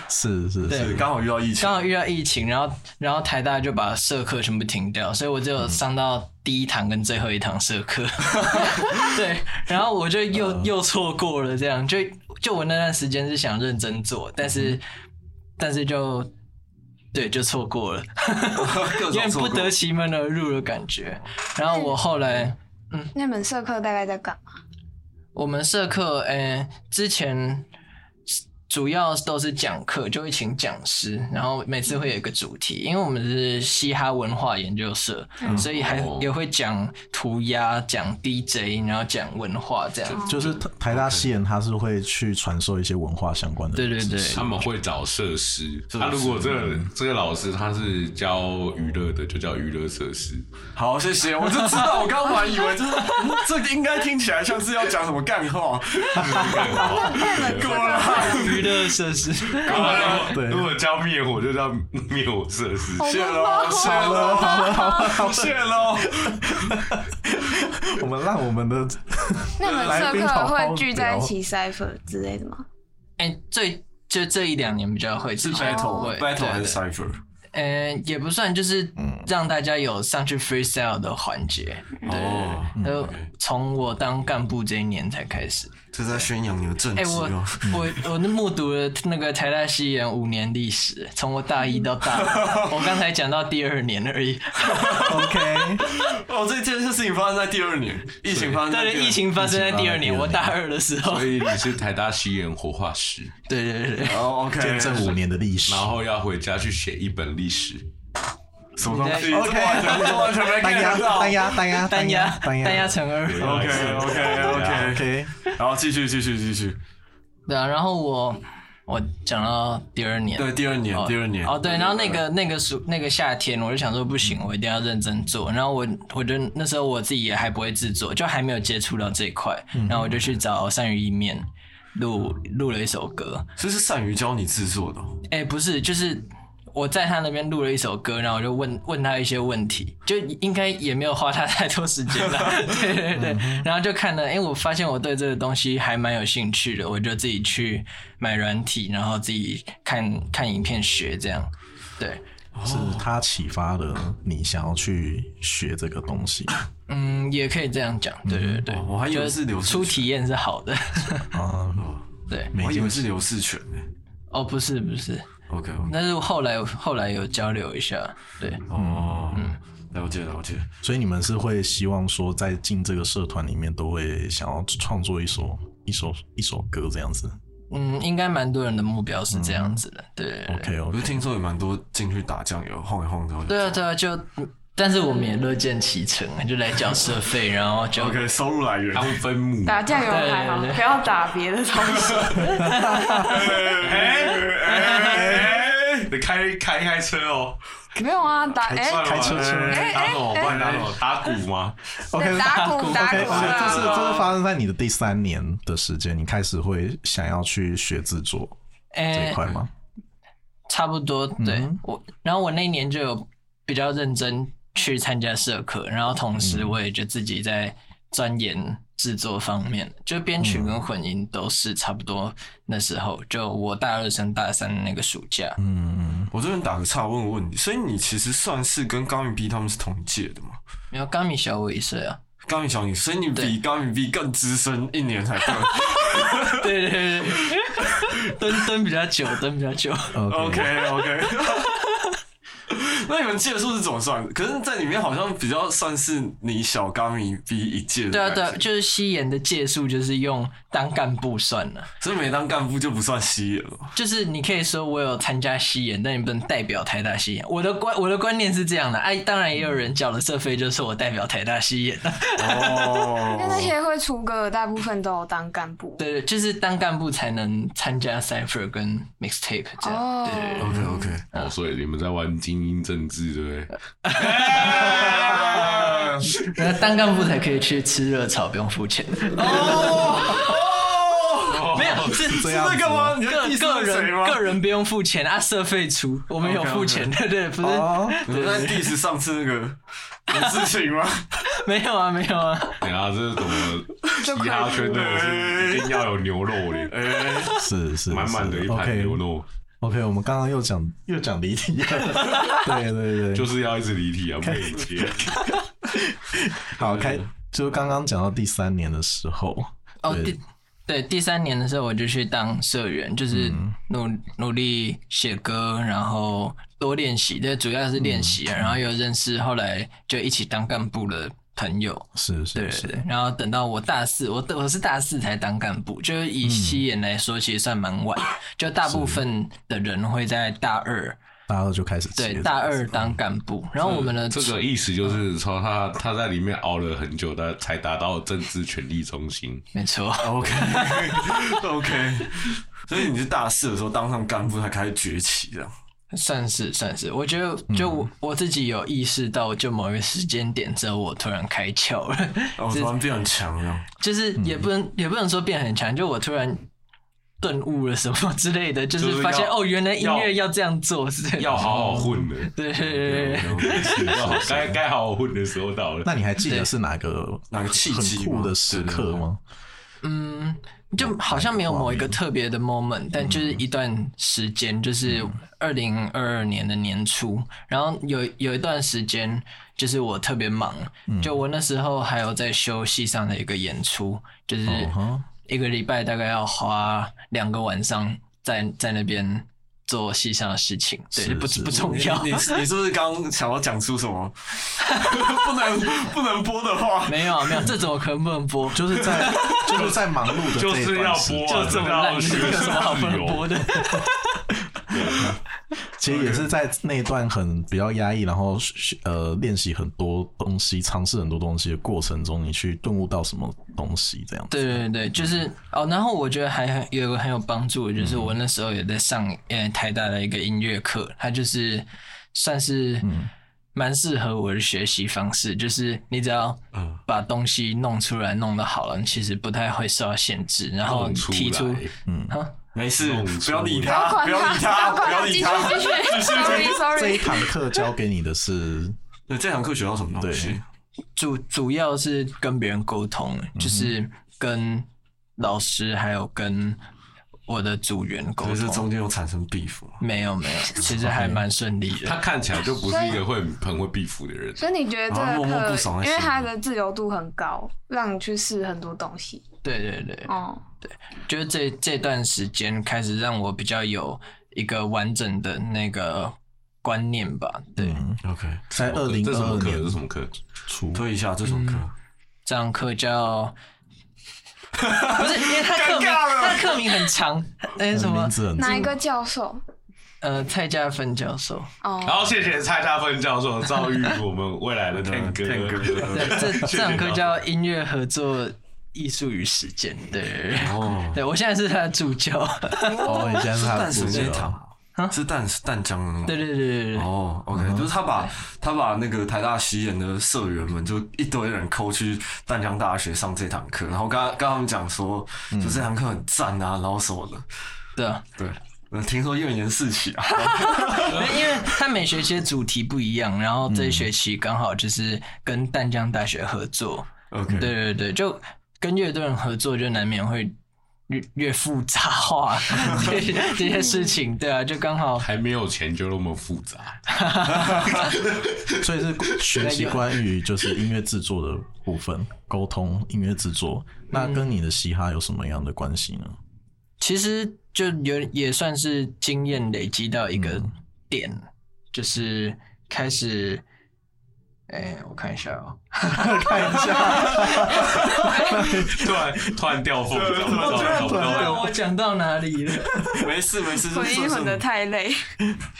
[SPEAKER 1] 是是
[SPEAKER 5] 对
[SPEAKER 1] 是，
[SPEAKER 3] 对，刚好遇到疫情
[SPEAKER 5] 刚，好遇到疫情，然后然后台大就把社课全部停掉，所以我只有上到第一堂跟最后一堂社课。 对，然后我就又、又错过了，这样就就我那段时间是想认真做，但是、但是就对就错过了，
[SPEAKER 3] 各种
[SPEAKER 5] 有点
[SPEAKER 3] 错
[SPEAKER 5] 不
[SPEAKER 3] 过
[SPEAKER 5] 得其门而入的感觉。然后我后来。
[SPEAKER 4] 那门社课大概在干嘛？
[SPEAKER 5] 我们社课，呃、之前主要都是讲课，就会请讲师，然后每次会有一个主题，因为我们是嘻哈文化研究社，所以还
[SPEAKER 3] 哦
[SPEAKER 5] 也会讲涂鸦、讲 DJ，然后讲文化这样。
[SPEAKER 1] 就是台台大西人他是会去传授一些文化相关的，
[SPEAKER 5] 对对对，
[SPEAKER 6] 他们会找设施。
[SPEAKER 3] 设施
[SPEAKER 6] 他如果这个这个老师他是教娱乐的，就叫娱乐设施。
[SPEAKER 3] 好，谢谢。我就知道，我刚刚本来以为就是嗯这个应该听起来像是要讲什么干话，
[SPEAKER 6] 对
[SPEAKER 3] 果然
[SPEAKER 5] 娱乐设施。
[SPEAKER 1] 对
[SPEAKER 6] 如果教灭火，就叫灭火设施。
[SPEAKER 3] 谢喽，谢喽，谢喽。
[SPEAKER 1] 我们让我们的
[SPEAKER 4] 那门
[SPEAKER 1] 来
[SPEAKER 4] 社
[SPEAKER 1] 宾好
[SPEAKER 4] 课
[SPEAKER 1] 好
[SPEAKER 4] 会聚在一
[SPEAKER 1] 聊
[SPEAKER 4] 起 cipher 之类的吗？
[SPEAKER 5] 哎、最就这一两年比较会，是
[SPEAKER 3] battle
[SPEAKER 5] 会
[SPEAKER 3] battle 还是嗯
[SPEAKER 5] 对
[SPEAKER 3] cipher？
[SPEAKER 5] 呃，也不算，就是让大家有上去 freestyle 的环节。
[SPEAKER 3] 哦，
[SPEAKER 5] 呃，从我当干部这一年才开始。
[SPEAKER 3] 这是在宣扬你的政
[SPEAKER 5] 哎、
[SPEAKER 3] 绩
[SPEAKER 5] 我
[SPEAKER 3] 哦。
[SPEAKER 5] 我我目睹了那个台大西演五年历史，从我大一到大五， 我刚才讲到第二年而已。
[SPEAKER 1] OK
[SPEAKER 3] 哦，这这件事情发生在第二年，疫情发生在第
[SPEAKER 5] 哎对
[SPEAKER 3] 二
[SPEAKER 5] 对，
[SPEAKER 3] 年
[SPEAKER 5] 疫情发生在第二
[SPEAKER 1] 疫情
[SPEAKER 5] 年，
[SPEAKER 1] 发
[SPEAKER 5] 我
[SPEAKER 1] 生在
[SPEAKER 5] 大二的时候
[SPEAKER 6] 所。以你是台大西演活化石，
[SPEAKER 5] 对对对，
[SPEAKER 3] 哦，OK，
[SPEAKER 1] 见证五年的历史
[SPEAKER 6] 然。后要回家去写一本历史。
[SPEAKER 3] 什么东西
[SPEAKER 1] OK
[SPEAKER 3] 这完全这完全没
[SPEAKER 1] 单
[SPEAKER 3] get
[SPEAKER 1] 压
[SPEAKER 3] 到
[SPEAKER 1] 单压单压
[SPEAKER 5] 单压
[SPEAKER 1] 单
[SPEAKER 5] 单
[SPEAKER 1] 压
[SPEAKER 5] 压乘二。
[SPEAKER 3] OK OK OK，
[SPEAKER 1] OK，
[SPEAKER 3] 然后继续继续继续，
[SPEAKER 5] 对啊，然后我我讲到第二年。
[SPEAKER 3] 对，第二年第二年
[SPEAKER 5] 哦，对，嗯然后那个那个暑那个夏天，我就想说不行，我一定要认真做。然后我我就那时候我自己也还不会制作，就还没有接触到这一块，然后我就去找鳝鱼意面录录了一首歌。
[SPEAKER 3] 这是善于教你制作的哦，
[SPEAKER 5] 哎、不是，就是我在他那边录了一首歌，然后我就问问他一些问题，就应该也没有花他太多时间了。对对对，然后就看了，哎、我发现我对这个东西还蛮有兴趣的，我就自己去买软体，然后自己看看影片学这样。对，
[SPEAKER 1] 是他启发了你想要去学这个东西
[SPEAKER 5] 嗯，也可以这样讲。对对对，
[SPEAKER 3] 哦我还以为是流出
[SPEAKER 5] 初体验是好的。
[SPEAKER 1] 啊。
[SPEAKER 5] 对，
[SPEAKER 1] 没
[SPEAKER 3] 我以为是刘世全呢。
[SPEAKER 5] 哦，不是不是，
[SPEAKER 3] OK OK，
[SPEAKER 5] 但是后来后来有交流一下。对，
[SPEAKER 3] 哦，
[SPEAKER 5] 嗯
[SPEAKER 3] 了解了解。
[SPEAKER 1] 所以你们是会希望说，在进这个社团里面，都会想要创作一首一首一首歌这样子。
[SPEAKER 5] 嗯，应该蛮多人的目标是这样子的。对对对。
[SPEAKER 1] 嗯 OK 哦
[SPEAKER 3] 我就
[SPEAKER 1] OK，
[SPEAKER 3] 听说有蛮多进去打酱油晃一晃之后就，
[SPEAKER 5] 对啊，对啊，就，但是我们也乐见其成，啊就来缴社费，然后就
[SPEAKER 3] OK 收入来源
[SPEAKER 6] 他。们分母，
[SPEAKER 4] 打酱油
[SPEAKER 5] 对
[SPEAKER 4] 还好，
[SPEAKER 5] 对对
[SPEAKER 4] 不要打别的东 西。
[SPEAKER 6] 哎哎哎，你开开开车哦，
[SPEAKER 4] 没有啊，打哎
[SPEAKER 1] 开车车
[SPEAKER 6] 哎打什么？不然打什么？打鼓吗？
[SPEAKER 1] OK，
[SPEAKER 4] 打鼓打
[SPEAKER 1] OK，
[SPEAKER 4] 鼓
[SPEAKER 1] 所以这是
[SPEAKER 4] 啊，
[SPEAKER 1] 这是发生在你的第三年的时间，你开始会想要去学制作这
[SPEAKER 5] 哎、
[SPEAKER 1] 一块吗？
[SPEAKER 5] 差不多对、
[SPEAKER 1] 嗯
[SPEAKER 5] 我。然后我那一年就有比较认真去参加社课，然后同时
[SPEAKER 1] 嗯
[SPEAKER 5] 我也就自己在钻研制作方面，就编曲
[SPEAKER 1] 嗯
[SPEAKER 5] 跟混音都是差不多那时候，就我大二升大三的那个暑假。
[SPEAKER 1] 嗯，
[SPEAKER 3] 我这边打个岔，问个问题，所以你其实算是跟高允 B 他们是同届的嘛？
[SPEAKER 5] 没有，刚米小我一岁啊。
[SPEAKER 3] 高允小你，所以你比
[SPEAKER 5] 对
[SPEAKER 3] 高允 B 更资深，一年 才更。
[SPEAKER 5] 对对对 对，蹲蹲比较久，蹲比较久。
[SPEAKER 1] 嗯
[SPEAKER 3] OK OK。那你们届数是怎么算的？可是，在里面好像比较算是你小高米 B 一届的
[SPEAKER 5] 对啊
[SPEAKER 3] 感觉，
[SPEAKER 5] 对啊，就是西岩的届数就是用当干部算了，
[SPEAKER 3] 所以没当干部就不算西野了。
[SPEAKER 5] 就是你可以说我有参加西岩，但你不能代表台大西岩。我的观我的观念是这样的，哎、当然也有人缴了社费，就说我代表台大西 岩。
[SPEAKER 4] 因为那
[SPEAKER 3] 哦，
[SPEAKER 4] 些会出歌的大部分都有当干部。
[SPEAKER 5] 对对，就是当干部才能参加 Cipher 跟 Mixtape 这样。
[SPEAKER 4] 哦
[SPEAKER 5] 对对对。
[SPEAKER 3] OK OK，
[SPEAKER 2] 哦，所以你们在玩精英政治，对不对？
[SPEAKER 5] 那当干部才可以去吃热炒，不用付钱。哦， 没有是
[SPEAKER 1] 这
[SPEAKER 5] 是
[SPEAKER 1] 样
[SPEAKER 5] 那
[SPEAKER 1] 子
[SPEAKER 5] 个
[SPEAKER 1] 吗
[SPEAKER 5] 吗？你个个人个人不用付钱啊，社费出，我们有付钱，对对，不是
[SPEAKER 1] 哦，
[SPEAKER 3] 你们在 diss 上次那 个的事情吗？
[SPEAKER 5] 没有啊，没有啊，
[SPEAKER 2] 等一下哎这是怎么嘻哈 圈的？我是一定要有牛肉的，
[SPEAKER 1] 是是
[SPEAKER 2] 满满的一盘
[SPEAKER 1] OK
[SPEAKER 2] 牛肉，
[SPEAKER 1] OK，我们刚刚又讲又讲离题了，对对对，
[SPEAKER 2] 就是要一直离题啊，不可以 切。
[SPEAKER 1] 好开，就是刚刚讲到第三年的时候，
[SPEAKER 5] 哦，
[SPEAKER 1] 对
[SPEAKER 5] 第对第三年的时候，我就去当社员，就是
[SPEAKER 2] 嗯
[SPEAKER 5] 努努力写歌，然后多练习，对，主要是练习啊，
[SPEAKER 2] 嗯
[SPEAKER 5] 然后又认识后来就一起当干部的朋友，
[SPEAKER 1] 是是
[SPEAKER 5] 对
[SPEAKER 1] 是
[SPEAKER 5] 对，对，然后等到我大四，我我是大四才当干部，就是以西演来说，其实算蛮
[SPEAKER 2] 嗯
[SPEAKER 5] 晚，就大部分的人会在大二，
[SPEAKER 1] 大二就开始接
[SPEAKER 5] 对
[SPEAKER 1] 着
[SPEAKER 5] 大二当干部，然后我们的
[SPEAKER 2] 嗯哎这个意思就是说他，他在里面熬了很久，他才达到政治权力中心。
[SPEAKER 5] 没错，
[SPEAKER 3] OK OK，所以你是大四的时候当上干部才开始崛起这样。
[SPEAKER 5] 算是算是，我觉得就我、我自己有意识到，就某一个时间点之后，我突然开窍了，
[SPEAKER 3] 哦，突然变很强这样。
[SPEAKER 5] 就是也不能、也不能说变很强，就我突然顿悟了什么之类的，就
[SPEAKER 3] 就是
[SPEAKER 5] 是
[SPEAKER 3] 要
[SPEAKER 5] 发现哦，原来音乐
[SPEAKER 3] 要
[SPEAKER 5] 要这样做，是这样
[SPEAKER 2] 要好好混的，
[SPEAKER 5] 对对对对对。
[SPEAKER 2] 要好该该好好混的时候到了。
[SPEAKER 1] 那你还记得是哪个
[SPEAKER 3] 哪个契机
[SPEAKER 1] 很酷
[SPEAKER 3] 吗
[SPEAKER 1] 的时刻吗？
[SPEAKER 5] 嗯，就好像没有某一个特别的 moment，但就是一段时间，就是二零二二年的年初，然后有有一段时间，就是我特别忙，就我那时候还有在休息上的一个演出，就是
[SPEAKER 1] 哦哈
[SPEAKER 5] 一个礼拜大概要花两个晚上在在那边做戏上的事情，对，
[SPEAKER 1] 是
[SPEAKER 5] 不
[SPEAKER 1] 是
[SPEAKER 5] 不重
[SPEAKER 3] 你
[SPEAKER 5] 要。
[SPEAKER 3] 你你是不是刚想要讲出什么 不能不能播的话？
[SPEAKER 5] 没有啊没有，这怎么可能不能播？就
[SPEAKER 1] 就是在就是在忙碌的
[SPEAKER 6] 就
[SPEAKER 1] 这一
[SPEAKER 6] 是要
[SPEAKER 1] 段时间
[SPEAKER 6] 播啊，
[SPEAKER 5] 这么 烂，有什么好不能播的？
[SPEAKER 1] 其实也是在那一段很比较压抑，然后呃练习很多东西，尝试很多东西的过程中，你去顿悟到什么东西这样子。
[SPEAKER 5] 对对对，就是哦，然后我觉得还很有个很有帮助，就是我那时候也在上呃台大的一个音乐课，它就是算是蛮适合我的学习方式，就是你只要把东西弄出来弄得好了，你其实不太会受到限制，然后
[SPEAKER 2] 弄出
[SPEAKER 5] 提出
[SPEAKER 2] 来
[SPEAKER 5] 啊，
[SPEAKER 3] 没事
[SPEAKER 2] 弄出，
[SPEAKER 3] 不要理
[SPEAKER 4] 不要
[SPEAKER 3] 他，
[SPEAKER 4] 管
[SPEAKER 3] 不要理他，
[SPEAKER 4] 不
[SPEAKER 3] 不要
[SPEAKER 4] 要
[SPEAKER 3] 理
[SPEAKER 4] 继续
[SPEAKER 3] 他。
[SPEAKER 4] 继续，sorry
[SPEAKER 1] 这一
[SPEAKER 4] sorry，
[SPEAKER 1] 堂课教给你的是
[SPEAKER 3] 那这堂课学到什么东西
[SPEAKER 1] 对？
[SPEAKER 5] 主主要是跟别人沟通，就是跟老师还有跟我的组员沟
[SPEAKER 3] 可是
[SPEAKER 5] 通。
[SPEAKER 3] 中间有产生 beef 吗？
[SPEAKER 5] 没有没有，其实还蛮顺利的。
[SPEAKER 2] 他看起来就不是一个会很会避伏的人。
[SPEAKER 4] 所以你觉得这
[SPEAKER 3] 啊
[SPEAKER 4] 个
[SPEAKER 3] 默默不爽
[SPEAKER 4] 课，
[SPEAKER 3] 还
[SPEAKER 4] 因为
[SPEAKER 3] 行
[SPEAKER 4] 它的自由度很高，让你去试很多东西。
[SPEAKER 5] 对对对，
[SPEAKER 4] 哦，
[SPEAKER 5] 就是这这段时间开始让我比较有一个完整的那个观念吧。对，
[SPEAKER 3] OK，
[SPEAKER 1] 在二零
[SPEAKER 2] 这什
[SPEAKER 1] 二
[SPEAKER 2] 么
[SPEAKER 1] 二
[SPEAKER 2] 课？
[SPEAKER 1] 年
[SPEAKER 2] 这什么课？
[SPEAKER 1] 初，
[SPEAKER 3] 推一下这首歌。
[SPEAKER 5] 这堂课叫。不是，因为他课名，他课名很长，那是什么
[SPEAKER 1] 名 字很
[SPEAKER 4] 哪一个教授？
[SPEAKER 5] 呃，蔡家芬教授，
[SPEAKER 6] 然
[SPEAKER 4] 哦，
[SPEAKER 6] 后谢谢蔡大芬教授教育我们未 来的
[SPEAKER 2] 啊
[SPEAKER 6] 探哥。
[SPEAKER 3] 探戈
[SPEAKER 5] 对，这这堂课
[SPEAKER 6] 老师
[SPEAKER 5] 叫音乐合作、艺术与实践，对，
[SPEAKER 3] 哦，
[SPEAKER 5] 对我现在是他的助教，
[SPEAKER 1] 哦，你现在是他的
[SPEAKER 3] 淡
[SPEAKER 1] 助
[SPEAKER 3] 水那一
[SPEAKER 1] 教
[SPEAKER 3] 堂，
[SPEAKER 5] 啊
[SPEAKER 3] 是淡是淡江的那种。
[SPEAKER 5] 对对对对对 对，
[SPEAKER 3] 哦，OK，、就是他把他把那个台大西研的社员们，就一堆人扣去淡江大学上这堂课，然后跟他跟他们讲说，就这堂课很赞啊，然后什么的，
[SPEAKER 5] 对啊，
[SPEAKER 3] 对。呃听说怨言四起啊，
[SPEAKER 5] 因为它每学期的主题不一样，然后这一学期刚好就是跟淡江大学合作，
[SPEAKER 3] OK
[SPEAKER 5] 对对对，就跟越多人合作，就难免会越越复杂化 这些这些事情，对啊，就刚好
[SPEAKER 2] 还没有钱就那么复 杂。
[SPEAKER 1] 所以是学习关于就是音乐制作的部分，沟通音乐制作，那跟你的嘻哈有什么样的关系呢？
[SPEAKER 5] 其实就有也算是经验累积到一
[SPEAKER 3] 嗯
[SPEAKER 5] 个点，就是开始。哎、我看一下哦、
[SPEAKER 1] 看一下，
[SPEAKER 6] 突然突然掉风，
[SPEAKER 2] 哦
[SPEAKER 1] 突然
[SPEAKER 6] 找不
[SPEAKER 1] 突然
[SPEAKER 6] 到
[SPEAKER 1] 掉
[SPEAKER 5] 哦我讲到哪里了？
[SPEAKER 3] 没事没事，
[SPEAKER 4] 混音混的
[SPEAKER 3] 的
[SPEAKER 4] 太 累，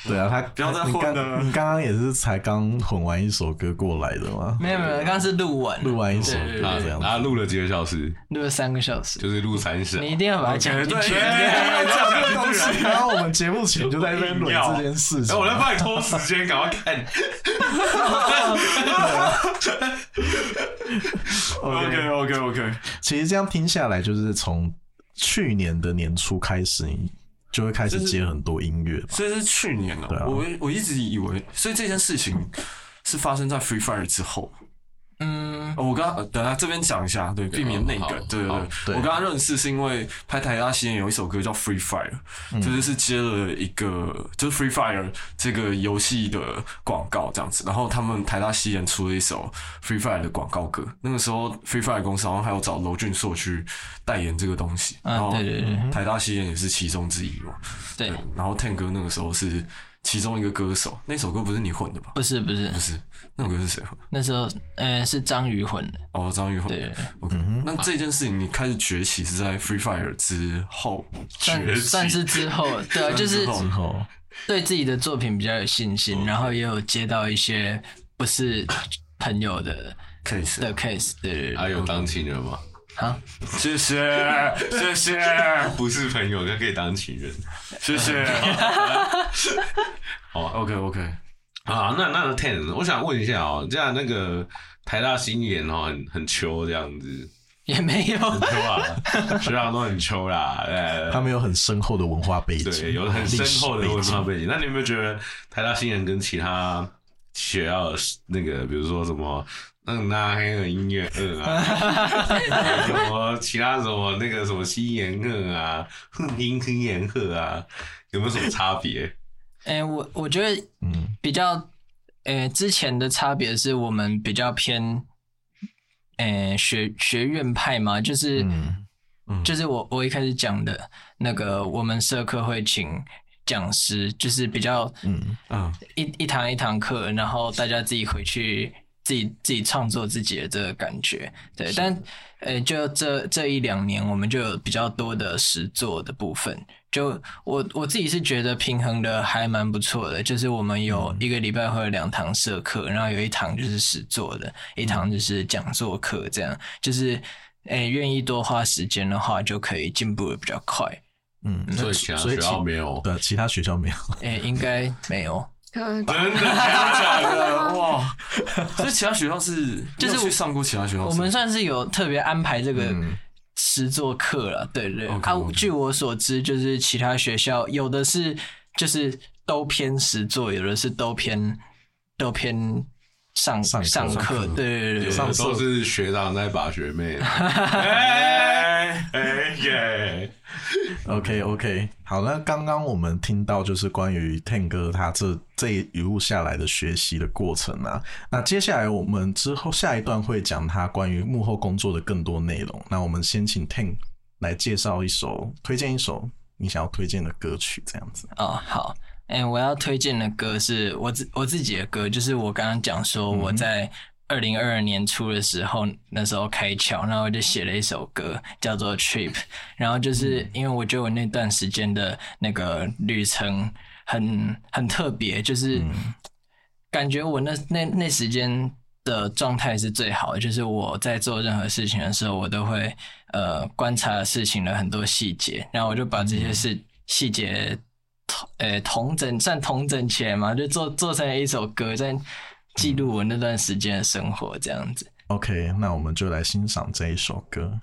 [SPEAKER 1] 对啊，他
[SPEAKER 3] 不要再混
[SPEAKER 1] 你
[SPEAKER 3] 了
[SPEAKER 1] 刚你刚刚也是才刚混完一首歌过来的吗？
[SPEAKER 5] 没有没有，刚刚是录完，
[SPEAKER 1] 录完一首
[SPEAKER 5] 对对
[SPEAKER 1] 歌
[SPEAKER 2] 啊
[SPEAKER 1] 这样，子，
[SPEAKER 2] 啊，录了几个小时，
[SPEAKER 5] 录了三个小时，
[SPEAKER 2] 就是录三小
[SPEAKER 5] 你一定要把它讲进去。
[SPEAKER 6] 这样东西。
[SPEAKER 1] 然后我们节目前就在那边论这件事
[SPEAKER 6] 哎，
[SPEAKER 1] 情，啊
[SPEAKER 6] 我在帮你拖时间，赶快看。
[SPEAKER 3] OK OK OK，
[SPEAKER 1] 其实这样听下来，就是从去年的年初开始，你就会开始接很多音乐吧。
[SPEAKER 3] 所以是去年哦、
[SPEAKER 1] 对啊
[SPEAKER 3] 我我一直以为，所以这件事情是发生在 Free Fire 之后。
[SPEAKER 5] 嗯，
[SPEAKER 3] 哦我刚呃等下这边讲一下，对，避免内梗
[SPEAKER 2] 好。
[SPEAKER 3] 对对
[SPEAKER 2] 好
[SPEAKER 3] 对，我跟他认识是因为拍台大西演有一首歌叫《Free Fire》，就是
[SPEAKER 5] 嗯
[SPEAKER 3] 是接了一个就是 Free Fire 这个游戏的广告这样子，然后他们台大西演出了一首 Free Fire 的广告歌，那个时候 Free Fire 公司好像还有找娄俊硕去代言这个东西，
[SPEAKER 5] 啊
[SPEAKER 3] 然后
[SPEAKER 5] 对对对
[SPEAKER 3] 台大西演也是其中之一嘛。
[SPEAKER 5] 对，
[SPEAKER 3] 然后 Ten 哥那个时候是其中一个歌手，那首歌不是你混的吧？
[SPEAKER 5] 不是不是
[SPEAKER 3] 不，是，那首歌是谁啊混的？
[SPEAKER 5] 那时候呃是章鱼混的，
[SPEAKER 3] 哦，张宇宏。
[SPEAKER 5] 对
[SPEAKER 3] o k 那这件事情你开始崛起是在 Free Fire 之后崛起，
[SPEAKER 5] 算算是之后， 对啊，就是
[SPEAKER 3] 算之后
[SPEAKER 1] 哦，
[SPEAKER 5] 对自己的作品比较有信心，然后也有接到一些不是朋友的
[SPEAKER 3] case。
[SPEAKER 5] 的 case，对对对，
[SPEAKER 2] 啊，有当情人吗？
[SPEAKER 5] 啊，
[SPEAKER 3] 谢谢，谢谢，
[SPEAKER 2] 不是朋友，他可以当情人。
[SPEAKER 3] 谢 谢。
[SPEAKER 2] 好
[SPEAKER 3] ，OK OK，
[SPEAKER 2] 啊，那那 Ten，我想问一下哦，这样那个台大新演哦，很很秋这样子，
[SPEAKER 5] 也没有，
[SPEAKER 2] 秋啊， 学长都很秋啦，呃
[SPEAKER 1] 他们有很深厚的文化背景，
[SPEAKER 2] 对，有很深厚的
[SPEAKER 1] 历史
[SPEAKER 2] 文化
[SPEAKER 1] 景。
[SPEAKER 2] 背景。那你有没有觉得台大新人跟其他学校的那个，比如说什么？嗯啊，还有音乐嗯啊， 什么其他什么那个什么西研鹤啊，哼音哼研鹤啊，有没有什么差别？
[SPEAKER 5] 哎、我我觉得
[SPEAKER 1] 嗯
[SPEAKER 5] 比较，呃、之前的差别是我们比较偏，呃、学学院派嘛，就是。
[SPEAKER 1] 嗯，
[SPEAKER 5] 就是我我一开始讲的那个，我们社科会请讲师，就是比较
[SPEAKER 3] 嗯，
[SPEAKER 5] 一一堂一堂课，然后大家自己回去自己自己创作自己的这个感觉。对，但呃，就这这一两年，我们就有比较多的实作的部分。就我我自己是觉得平衡的还蛮不错的，就是我们有一个礼拜会有两堂社课，然后有一堂就是实作的，一堂就是讲座课，这样就是。诶，愿意多花时间的话，就可以进步的比较快。
[SPEAKER 2] 所以其他
[SPEAKER 1] 嗯所以
[SPEAKER 2] 学
[SPEAKER 1] 其
[SPEAKER 2] 校没有。
[SPEAKER 1] 对，其他学校没有。
[SPEAKER 5] 诶，呃应该没有。
[SPEAKER 4] 可
[SPEAKER 3] 真的假的？哇！所以其他学校是
[SPEAKER 5] 就
[SPEAKER 3] 你
[SPEAKER 5] 是
[SPEAKER 3] 有去上过其他学校是吗，
[SPEAKER 5] 我们算是有特别安排这个实作课了，对对对。
[SPEAKER 3] OK，
[SPEAKER 5] 啊
[SPEAKER 3] OK
[SPEAKER 5] 据我所知，就是其他学校有的是就是都偏实作，有的是都偏都偏上
[SPEAKER 1] 上课
[SPEAKER 5] 上课，对对对对。
[SPEAKER 1] 上
[SPEAKER 2] 都是学长在把学 妹，
[SPEAKER 6] 哎
[SPEAKER 2] 哎耶！
[SPEAKER 1] OK OK，好，那刚刚我们听到就是关于 Ten 哥他这这一路下来的学习的过程啊。那接下来我们之后下一段会讲他关于幕后工作的更多内容。那我们先请 Ten 来介绍一首，推荐一首你想要推荐的歌曲，这样子。
[SPEAKER 5] 哦，好，哎、我要推荐的歌是我自我自己的歌，就是我刚刚讲说我在二零二二年初的时候，那时候开窍，然后我就写了一首歌叫做《Trip》，然后就是因为我觉得我那段时间的那个旅程很很特别，就是感觉我那那那时间。的状态是最好的，就是我在做任何事情的时候，我都会呃观察事情的很多细节，然后我就把这些事细节统呃同整算同整起来嘛，就做做成了一首歌，在记录我那段时间的生活这样子。
[SPEAKER 1] OK，那我们就来欣赏这一首歌。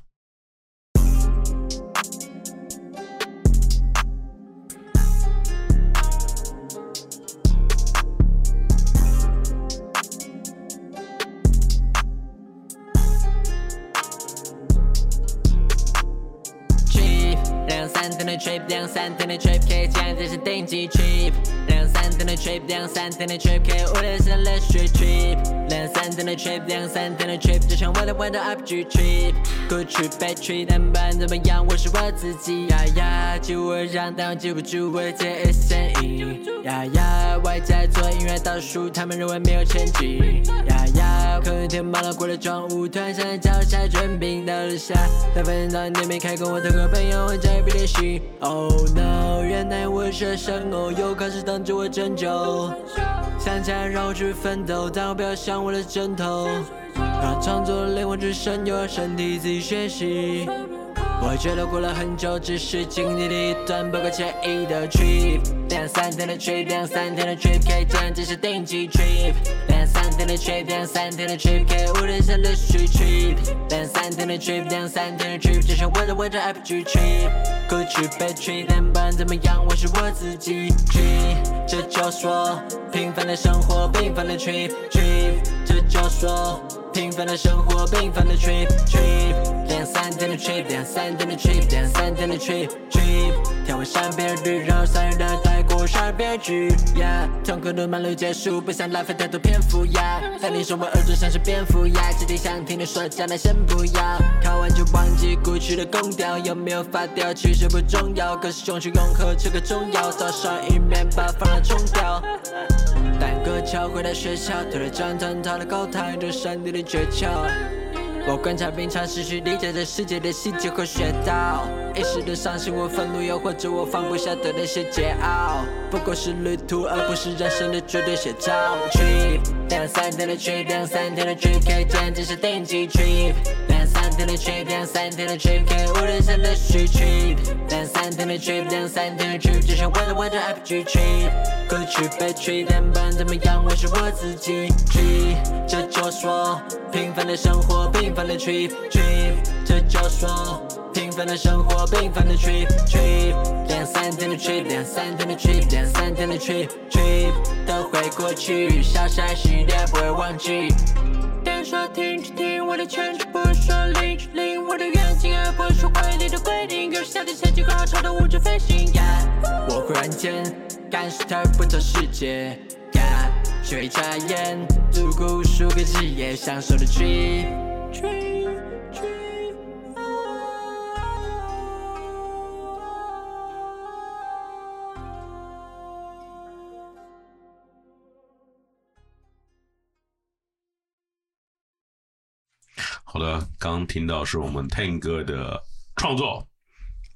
[SPEAKER 7] trip，两三天的 trip，两三天的 trip，可以讲这是定级 trip，两三天的 trip，两三天的 trip，可以无聊是 let's street trip，两三天的 trip，两三天的 trip，就像我的玩的 up G trip，过去 bad trip，但不管怎么样，我是我自己，呀呀，就我让但我记不住我这一身影，呀呀，外在做音乐倒数，他们认为没有前景，呀呀，可能天忙了过了中午，突然想来叫下卷饼到楼下，他发现到店没开工，我的个朋友很在别联系，Oh no，原来我是生偶，又开始挡着我针灸，想起来让我去奋斗，但我不要想我的枕头，让创作灵魂之身，又让身体自己学习。我觉得过了很久，只是经历了一段不够惬意的 trip。两三天的 trip，两三天的 trip，可以讲这是定期 trip。两三天的 trip，两三天的 trip，可以无论是乐趣 trip。两三天的 trip，两三天的 trip，就像我的我的 RPG trip。过去被 trip，但不管怎么样，我是我自己 trip。这就是我平凡的生活，平凡的 trip trip。这就是我平凡的生活，平凡的 trip trip。两三天的 trip，两三天的 trip，两三天的 trip trip。眺望山边日，然后三日的带过山边去。Yeah，痛苦的漫路结束，不想浪费太多篇幅。Yeah，但你说我耳朵像是蝙蝠。Yeah，今天想听你说，将来先不要。考完就忘记过去的空调有没有发掉，其实不重要。可是熊去永和吃个中药，早上一面包放了冲掉。单个桥回到学校，推了张藤，逃了高堂，这山地的诀窍。我观察并尝试去理解这世界的细节和学到一时的伤心或愤怒，又或者我放不下的那些桀骜，不过是旅途，而不是人生的绝对写照。Trip，两三天的 trip，两三天的 trip，可以简直是定期 trip。两三天的 trip，两三天的 trip，可以无论是乐趣 trip。两三天的 trip，两三天的 trip，就像我的我的 RPG trip。过去被 trip，但不管怎么样，我是我自己 trip。这就是我平凡的生活，平凡的 trip trip，这就是我平凡的生活，平凡的 trip trip，两三天的 trip，两三天的 trip，两三天的 trip trip，都会过去，消散时也不会忘记。但说停止停，我的全职不说零止零，我的远景而不是规律的规定，有时夏天前几个好潮的物质飞行。Yeah，我忽然间感受到不同世界。Yeah，学一眨眼，度过无数个日夜，享受的 trip。trip trip
[SPEAKER 2] 好的，刚刚听到是我们 Ten 哥的创作，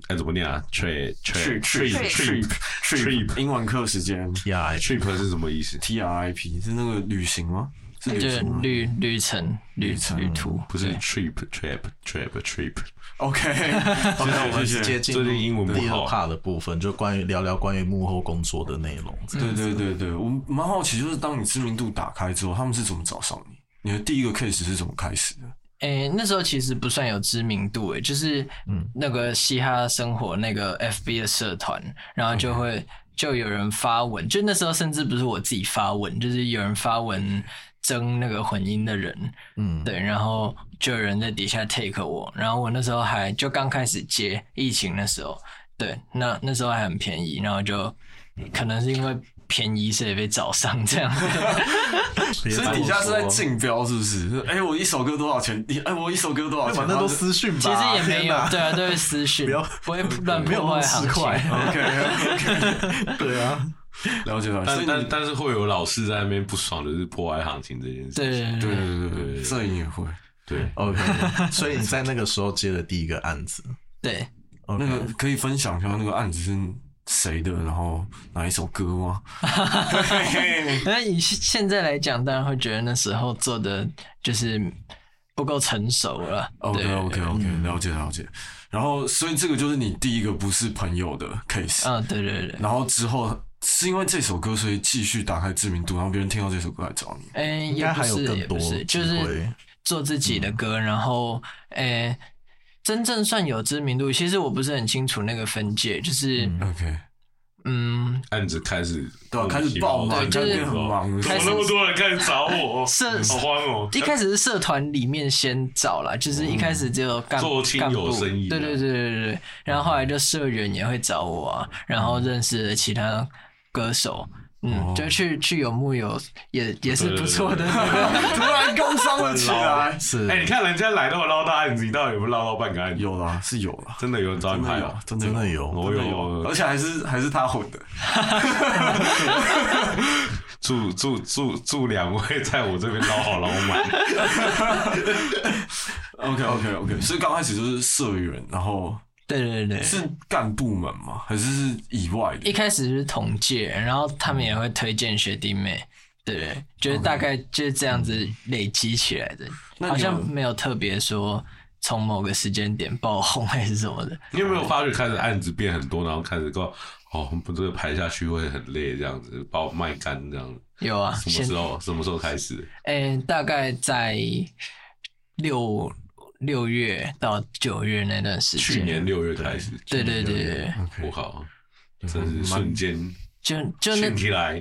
[SPEAKER 2] 哎，怎么念啊？Trip
[SPEAKER 3] trip
[SPEAKER 2] trip
[SPEAKER 3] trip trip trip，英文课时间
[SPEAKER 1] Yeah，
[SPEAKER 2] 啊 trip 是什么意思？
[SPEAKER 3] T R I P 是那个旅行吗？是旅
[SPEAKER 5] 就是
[SPEAKER 3] 行吗
[SPEAKER 5] 旅旅程、旅
[SPEAKER 3] 程
[SPEAKER 5] 旅途，
[SPEAKER 2] 不是
[SPEAKER 5] 对
[SPEAKER 2] trip trip trip trip，
[SPEAKER 3] ？OK，
[SPEAKER 1] 那我们
[SPEAKER 3] 谢
[SPEAKER 1] 直
[SPEAKER 3] 谢
[SPEAKER 1] 接
[SPEAKER 3] 谢
[SPEAKER 1] 进入
[SPEAKER 2] 最近英文不好
[SPEAKER 1] 第二 part 的部分，就关于聊聊关于幕后工作的内容。
[SPEAKER 3] 对对对对，我蛮好奇，就是当你知名度打开之后，他们是怎么找上你？你的第一个 case 是怎么开始的？
[SPEAKER 5] 诶、那时候其实不算有知名度，诶，就是
[SPEAKER 1] 嗯
[SPEAKER 5] 那个嘻哈生活那个 FB 的社团，然后就会就有人发文，就那时候甚至不是我自己发文，就是有人发文争那个混音的人，
[SPEAKER 1] 嗯，
[SPEAKER 5] 对，然后就有人在底下 take 我，然后我那时候还就刚开始接疫情的时候，对，那那时候还很便宜，然后就可能是因为便宜所以被找上 这样。
[SPEAKER 1] 别
[SPEAKER 3] 所
[SPEAKER 1] 这么
[SPEAKER 3] 以底下是在
[SPEAKER 1] 说啊
[SPEAKER 3] 竞标，是不是？哎、我一首歌多少钱？你哎、我一首歌多少钱？
[SPEAKER 1] 反正都私讯吧，
[SPEAKER 5] 其实也没
[SPEAKER 1] 天
[SPEAKER 5] 有
[SPEAKER 1] 哪，
[SPEAKER 5] 对啊，都会私讯，
[SPEAKER 1] 不要
[SPEAKER 5] 不会乱
[SPEAKER 1] 没有
[SPEAKER 5] 破
[SPEAKER 1] 那
[SPEAKER 5] 坏
[SPEAKER 1] 么
[SPEAKER 5] 行
[SPEAKER 1] 十
[SPEAKER 5] 情。
[SPEAKER 1] 块，
[SPEAKER 3] OK OK，
[SPEAKER 1] 对啊，
[SPEAKER 3] 了解了解。
[SPEAKER 2] 但
[SPEAKER 3] 所以
[SPEAKER 2] 但
[SPEAKER 3] 你
[SPEAKER 2] 但是会有老师在那边不爽，就是破坏行情这件事情。
[SPEAKER 5] 对对
[SPEAKER 3] 对
[SPEAKER 5] 对，
[SPEAKER 1] 嗯
[SPEAKER 3] 对对对，摄影也会。
[SPEAKER 2] 对，
[SPEAKER 1] OK，所以你在那个时候接了第一个案子。
[SPEAKER 5] 对，
[SPEAKER 1] OK，
[SPEAKER 3] 那个可以分享一下那个案子是谁的，然后哪一首 歌吗？
[SPEAKER 5] 那以现现在来讲，当然会觉得那时候做的就是不够成熟了。
[SPEAKER 3] OK
[SPEAKER 5] 对
[SPEAKER 3] OK OK，了解了解。然后，所以这个就是你第一个不是朋友的 case，、
[SPEAKER 5] 嗯，对对对，
[SPEAKER 3] 然后之后是因为这首歌所以继续打开知名度，然后别人听到这首歌来找你。
[SPEAKER 5] 嗯，
[SPEAKER 1] 应
[SPEAKER 5] 也
[SPEAKER 1] 该
[SPEAKER 5] 不
[SPEAKER 1] 还有
[SPEAKER 5] 是，
[SPEAKER 1] 更
[SPEAKER 5] 也不
[SPEAKER 1] 多
[SPEAKER 5] 是，就
[SPEAKER 1] 机
[SPEAKER 5] 是
[SPEAKER 1] 会嗯
[SPEAKER 5] 做自己的歌，然后诶、真正算有知名度，其实我不是很清楚那个分界，就是嗯
[SPEAKER 3] OK，
[SPEAKER 2] 案子开始
[SPEAKER 3] 对啊，开始爆
[SPEAKER 2] 了，
[SPEAKER 3] 满，
[SPEAKER 5] 对就是
[SPEAKER 3] 变很忙，
[SPEAKER 5] 开
[SPEAKER 6] 怎
[SPEAKER 5] 始
[SPEAKER 6] 么那么多人开始找我？
[SPEAKER 5] 是
[SPEAKER 6] 好慌哦！
[SPEAKER 5] 一开始是社团里面先找啦，就是一开始只有干
[SPEAKER 2] 做亲
[SPEAKER 5] 干
[SPEAKER 2] 友
[SPEAKER 5] 部
[SPEAKER 2] 生意
[SPEAKER 5] 对
[SPEAKER 2] 的
[SPEAKER 5] 对对对对。然后后来就社员也会找我啊，然后认识了其他歌手，嗯，就去去有木有也也是不错的。
[SPEAKER 3] 突然工伤了起来。
[SPEAKER 1] 是，
[SPEAKER 2] 哎，你看人家来那么捞到案子，你到底有没有捞到半个案子？
[SPEAKER 3] 有啦，是有啦，
[SPEAKER 2] 真的有人找
[SPEAKER 3] 真
[SPEAKER 2] 你
[SPEAKER 3] 的
[SPEAKER 2] 拍
[SPEAKER 3] 有
[SPEAKER 2] 哦，，
[SPEAKER 3] 真
[SPEAKER 1] 真的
[SPEAKER 3] 的
[SPEAKER 1] 有
[SPEAKER 2] 我
[SPEAKER 3] 真的有，啊
[SPEAKER 2] 有
[SPEAKER 3] 而且还是还是他混的。
[SPEAKER 2] 祝祝祝祝两位在我这边捞好捞满。
[SPEAKER 3] OK OK OK，所以嗯刚开始就是社员，然后
[SPEAKER 5] 对对对对，
[SPEAKER 3] 是干部们吗？还是是以外
[SPEAKER 5] 一
[SPEAKER 3] 的？
[SPEAKER 5] 开始是同届，然后他们也会推荐学弟妹。对对对，就是大概就是这样子累积起来的，
[SPEAKER 3] 那
[SPEAKER 5] 好
[SPEAKER 3] 你有
[SPEAKER 5] 像没有特别说从某个时间点爆红还是什么的。
[SPEAKER 2] 你有没有发觉开始案子变很多，然后开始告哦，不这个排下去会很累，这样子把我卖干这样子。
[SPEAKER 5] 有啊，
[SPEAKER 2] 什么
[SPEAKER 5] 现
[SPEAKER 2] 时候？什么时候开始？
[SPEAKER 5] 诶、大概在六六月到九月那段时间，
[SPEAKER 2] 去年六月开始。
[SPEAKER 5] 对对对对，
[SPEAKER 2] 我靠，啊真是瞬间
[SPEAKER 5] 就就那
[SPEAKER 2] 炫起 来。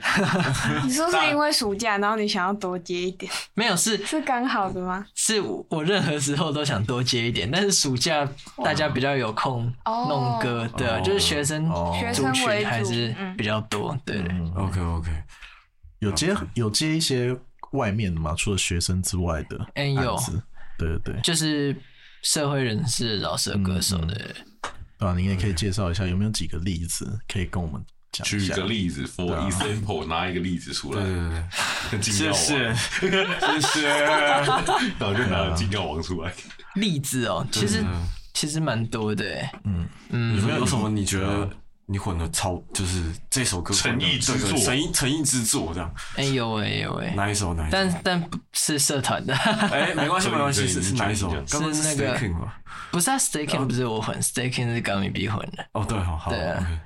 [SPEAKER 4] 你说是因为暑假，然后你想要多接一点，
[SPEAKER 5] 没有是
[SPEAKER 4] 是刚好的吗？
[SPEAKER 5] 是我任何时候都想多接一点，但是暑假大家比较有空
[SPEAKER 4] 哦
[SPEAKER 5] 弄歌，对啊，就是学生
[SPEAKER 1] 哦
[SPEAKER 4] 学
[SPEAKER 5] 族
[SPEAKER 4] 生为
[SPEAKER 5] 群
[SPEAKER 4] 主
[SPEAKER 5] 还是
[SPEAKER 4] 嗯
[SPEAKER 5] 比较多，对对。
[SPEAKER 3] OK OK，
[SPEAKER 1] 有接有接一些外面的嘛，除了学生之外的
[SPEAKER 5] 嗯有
[SPEAKER 1] 案子，对对对，
[SPEAKER 5] 就是社会人士、饶舌歌手的，
[SPEAKER 1] 对啊，你也可以介绍一下有没有几个例子可以跟我们讲
[SPEAKER 2] 举
[SPEAKER 1] 一
[SPEAKER 2] 一
[SPEAKER 1] 下
[SPEAKER 2] 个？例子，for example，拿一个例子出来
[SPEAKER 3] 对，对 对，
[SPEAKER 2] 金
[SPEAKER 3] 谢
[SPEAKER 2] 药
[SPEAKER 3] 谢
[SPEAKER 2] 王，
[SPEAKER 3] 谢谢。
[SPEAKER 2] 然后就拿了金药王出来。
[SPEAKER 5] 例子哦， 其实
[SPEAKER 3] 嗯
[SPEAKER 5] 其实蛮多的欸，
[SPEAKER 3] 有嗯没有什么你觉得你混的超就是这首歌
[SPEAKER 2] 诚意之作
[SPEAKER 3] 对对诚意诚意之作这样？
[SPEAKER 5] 哎有哎有哎，
[SPEAKER 3] 哪一首？哪一首？
[SPEAKER 5] 但但不是社团 的，
[SPEAKER 3] 哎，没关系，
[SPEAKER 2] 可以
[SPEAKER 3] 没关系，
[SPEAKER 2] 可以
[SPEAKER 3] 是
[SPEAKER 2] 你
[SPEAKER 3] 是
[SPEAKER 2] 确
[SPEAKER 3] 哪一
[SPEAKER 2] 定
[SPEAKER 3] 首
[SPEAKER 2] 这样？
[SPEAKER 3] 刚刚
[SPEAKER 5] 是那
[SPEAKER 3] s t a
[SPEAKER 5] 个
[SPEAKER 3] k i n g 吗？
[SPEAKER 5] 不是啊，Staking 不是我混，Staking 是 Gummy B 混的，
[SPEAKER 3] 哦，对，好好
[SPEAKER 5] 对啊
[SPEAKER 3] ，OK，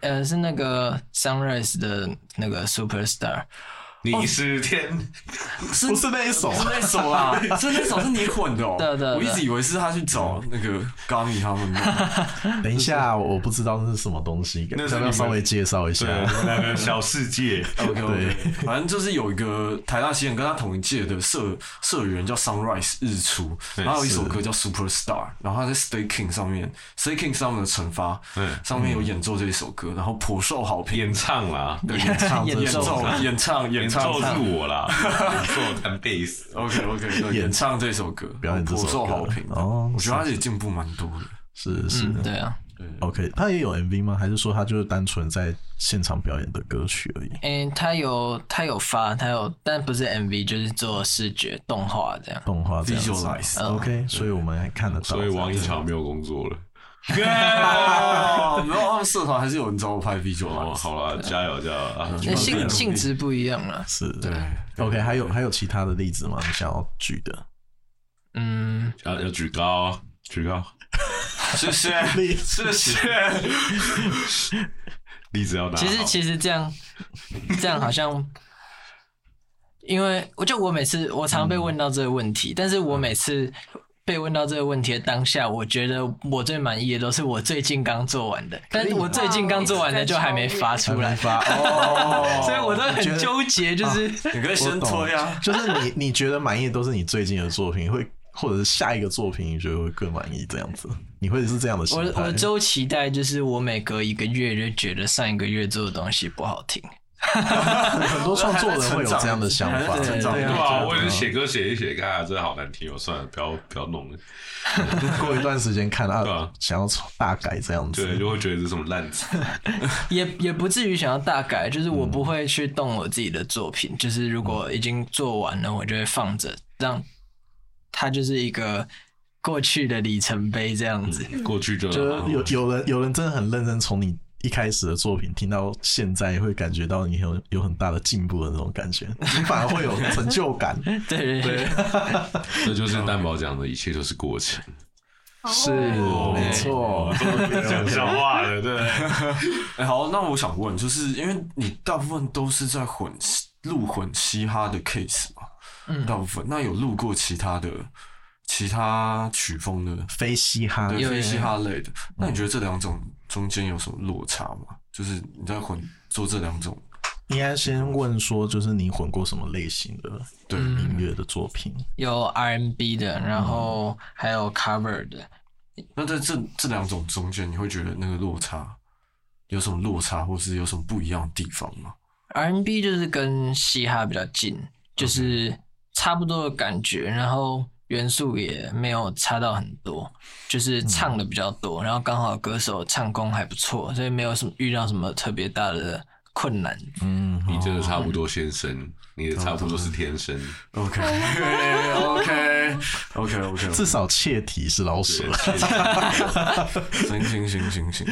[SPEAKER 5] 呃，是那个 Sunrise 的那个 Superstar，
[SPEAKER 2] 你是天，
[SPEAKER 1] 不是那一首，
[SPEAKER 3] 是那首啦，是那首是你混的哦。
[SPEAKER 5] 对啊对啊对啊
[SPEAKER 3] 我一直以为是他去找那个 Gummy 他们弄的。
[SPEAKER 1] 等一下，我不知道那是什么东西，
[SPEAKER 2] 那
[SPEAKER 1] 要
[SPEAKER 2] 是
[SPEAKER 1] 不要稍
[SPEAKER 2] 你们
[SPEAKER 1] 微介绍一下？
[SPEAKER 2] 那个小世界，
[SPEAKER 3] OK OK，反正就是有一个台大新人跟他同一届的社社员叫 Sunrise 日出，然后有一首歌叫 Superstar，然后他在 Stay King 上面，Stay King 上面的惩罚
[SPEAKER 2] 嗯，
[SPEAKER 3] 上面有演奏这一首歌，然后颇受好评。
[SPEAKER 2] 演唱啦，
[SPEAKER 3] 对演唱
[SPEAKER 5] 演
[SPEAKER 3] 演
[SPEAKER 5] 奏
[SPEAKER 3] 奏演唱
[SPEAKER 2] 演
[SPEAKER 3] 演
[SPEAKER 2] 奏
[SPEAKER 3] 唱
[SPEAKER 2] 是我 啦，演奏弹贝斯。
[SPEAKER 3] OK OK，对，演唱这首歌，
[SPEAKER 1] 表演这首歌
[SPEAKER 3] 颇受好评的。
[SPEAKER 1] 哦
[SPEAKER 3] 我觉得他也进步蛮多的。
[SPEAKER 1] 是是
[SPEAKER 5] 嗯，对啊，
[SPEAKER 1] ，OK，他也有 MV 吗？还是说他就是单纯在现场表演的歌曲而已？
[SPEAKER 5] 哎，他有他有发，他有，但不是 MV，就是做视觉动画这样，
[SPEAKER 1] 动画这样子哦
[SPEAKER 3] Visualize
[SPEAKER 1] OK，所以我们还看得到。
[SPEAKER 2] 所以王一强没有工作 了。啊
[SPEAKER 3] 哦，没有，他们社团还是有人找我拍 V 九
[SPEAKER 2] 哦，
[SPEAKER 3] 啊。
[SPEAKER 2] 好啦，加油加油啊！
[SPEAKER 5] 那
[SPEAKER 3] 对
[SPEAKER 5] 性
[SPEAKER 3] 对
[SPEAKER 5] 性质不一样啊了，
[SPEAKER 1] 是
[SPEAKER 3] 对
[SPEAKER 1] OK，还有还有其他的例子吗？你想要举的
[SPEAKER 5] 嗯，
[SPEAKER 2] 要要举高，举高，
[SPEAKER 3] 谢谢，
[SPEAKER 1] 例
[SPEAKER 3] 谢谢。
[SPEAKER 2] 例子要拿好。
[SPEAKER 5] 其实其实这样这样好像。因为我就我每次我常被问到这个问题，但是我每次被问到这个问题的当下，我觉得我最满意的都是我最近刚做完的，但是我最近刚做完的就还没发出来，
[SPEAKER 1] 发哦，
[SPEAKER 5] 所以我都很纠结，就是
[SPEAKER 3] 你可以
[SPEAKER 1] 我
[SPEAKER 3] 先
[SPEAKER 1] 懂
[SPEAKER 3] 推啊。
[SPEAKER 1] 就是你你觉得满意的都是你最近的作品，会或者是下一个作品你觉得会更满意这样子，你会是这样的心
[SPEAKER 5] 我的我
[SPEAKER 1] 态
[SPEAKER 5] 的。周期带就是我每隔一个月就觉得上一个月做的东西不好听，
[SPEAKER 1] 很多创作人会有这样的想法
[SPEAKER 3] 还，在成长
[SPEAKER 1] 对
[SPEAKER 2] 对
[SPEAKER 1] 啊
[SPEAKER 2] 啊，我也是写歌写一写，看啊，这好难听哦，算了，不要不要弄了，
[SPEAKER 1] 过一段时间看
[SPEAKER 2] 对
[SPEAKER 1] 到
[SPEAKER 2] 啊
[SPEAKER 1] 想要大改这样
[SPEAKER 2] 对，
[SPEAKER 1] 子，
[SPEAKER 2] 就会觉得是什么烂词。
[SPEAKER 5] 也也不至于想要大改，就是我不会去动我自己的作品，就是如果已经做完了，我就会放着，让它就是一个过去的里程碑这样子。
[SPEAKER 2] 过去就
[SPEAKER 1] 就是有有人有人真的很认真，从你一开始的作品听到现在，会感觉到你有有很大的进步的那种感觉，你反而会有成就感。
[SPEAKER 5] 对对对，
[SPEAKER 2] 这就是蛋宝讲的一切都是过程。
[SPEAKER 1] 是
[SPEAKER 2] 哦
[SPEAKER 4] 哦
[SPEAKER 1] 没错，
[SPEAKER 2] 讲笑话了，对不对？
[SPEAKER 3] 哎、好，那我想问，就是因为你大部分都是在混嘻录混嘻哈的 case 嘛，
[SPEAKER 5] 嗯
[SPEAKER 3] 大部分那有录过其他的其他曲风的，
[SPEAKER 1] 非嘻哈
[SPEAKER 3] 对，
[SPEAKER 5] 啊有
[SPEAKER 3] 非
[SPEAKER 5] 有
[SPEAKER 3] 嘻哈类的。那你觉得这两种中间有什么落差吗？就是你在混做这两种，
[SPEAKER 1] 应该先问说，就是你混过什么类型的
[SPEAKER 3] 对，
[SPEAKER 1] 音乐的作品？
[SPEAKER 5] 有 RMB 的，然后还有 cover 的，
[SPEAKER 3] 那在这这两种中间，你会觉得那个落差有什么落差，或是有什么不一样的地方吗？
[SPEAKER 5] R&B 就是跟嘻哈比较近，就是差不多的感觉，然后元素也没有差到很多，就是唱的比较多，然后刚好歌手唱功还不错，所以没有什么遇到什么特别大的困难。
[SPEAKER 1] 嗯，
[SPEAKER 2] 你真的差不多先生，你的差不多是天生。
[SPEAKER 3] OK OK OK OK，
[SPEAKER 1] 至少切题是老舍。
[SPEAKER 3] 行行行行行，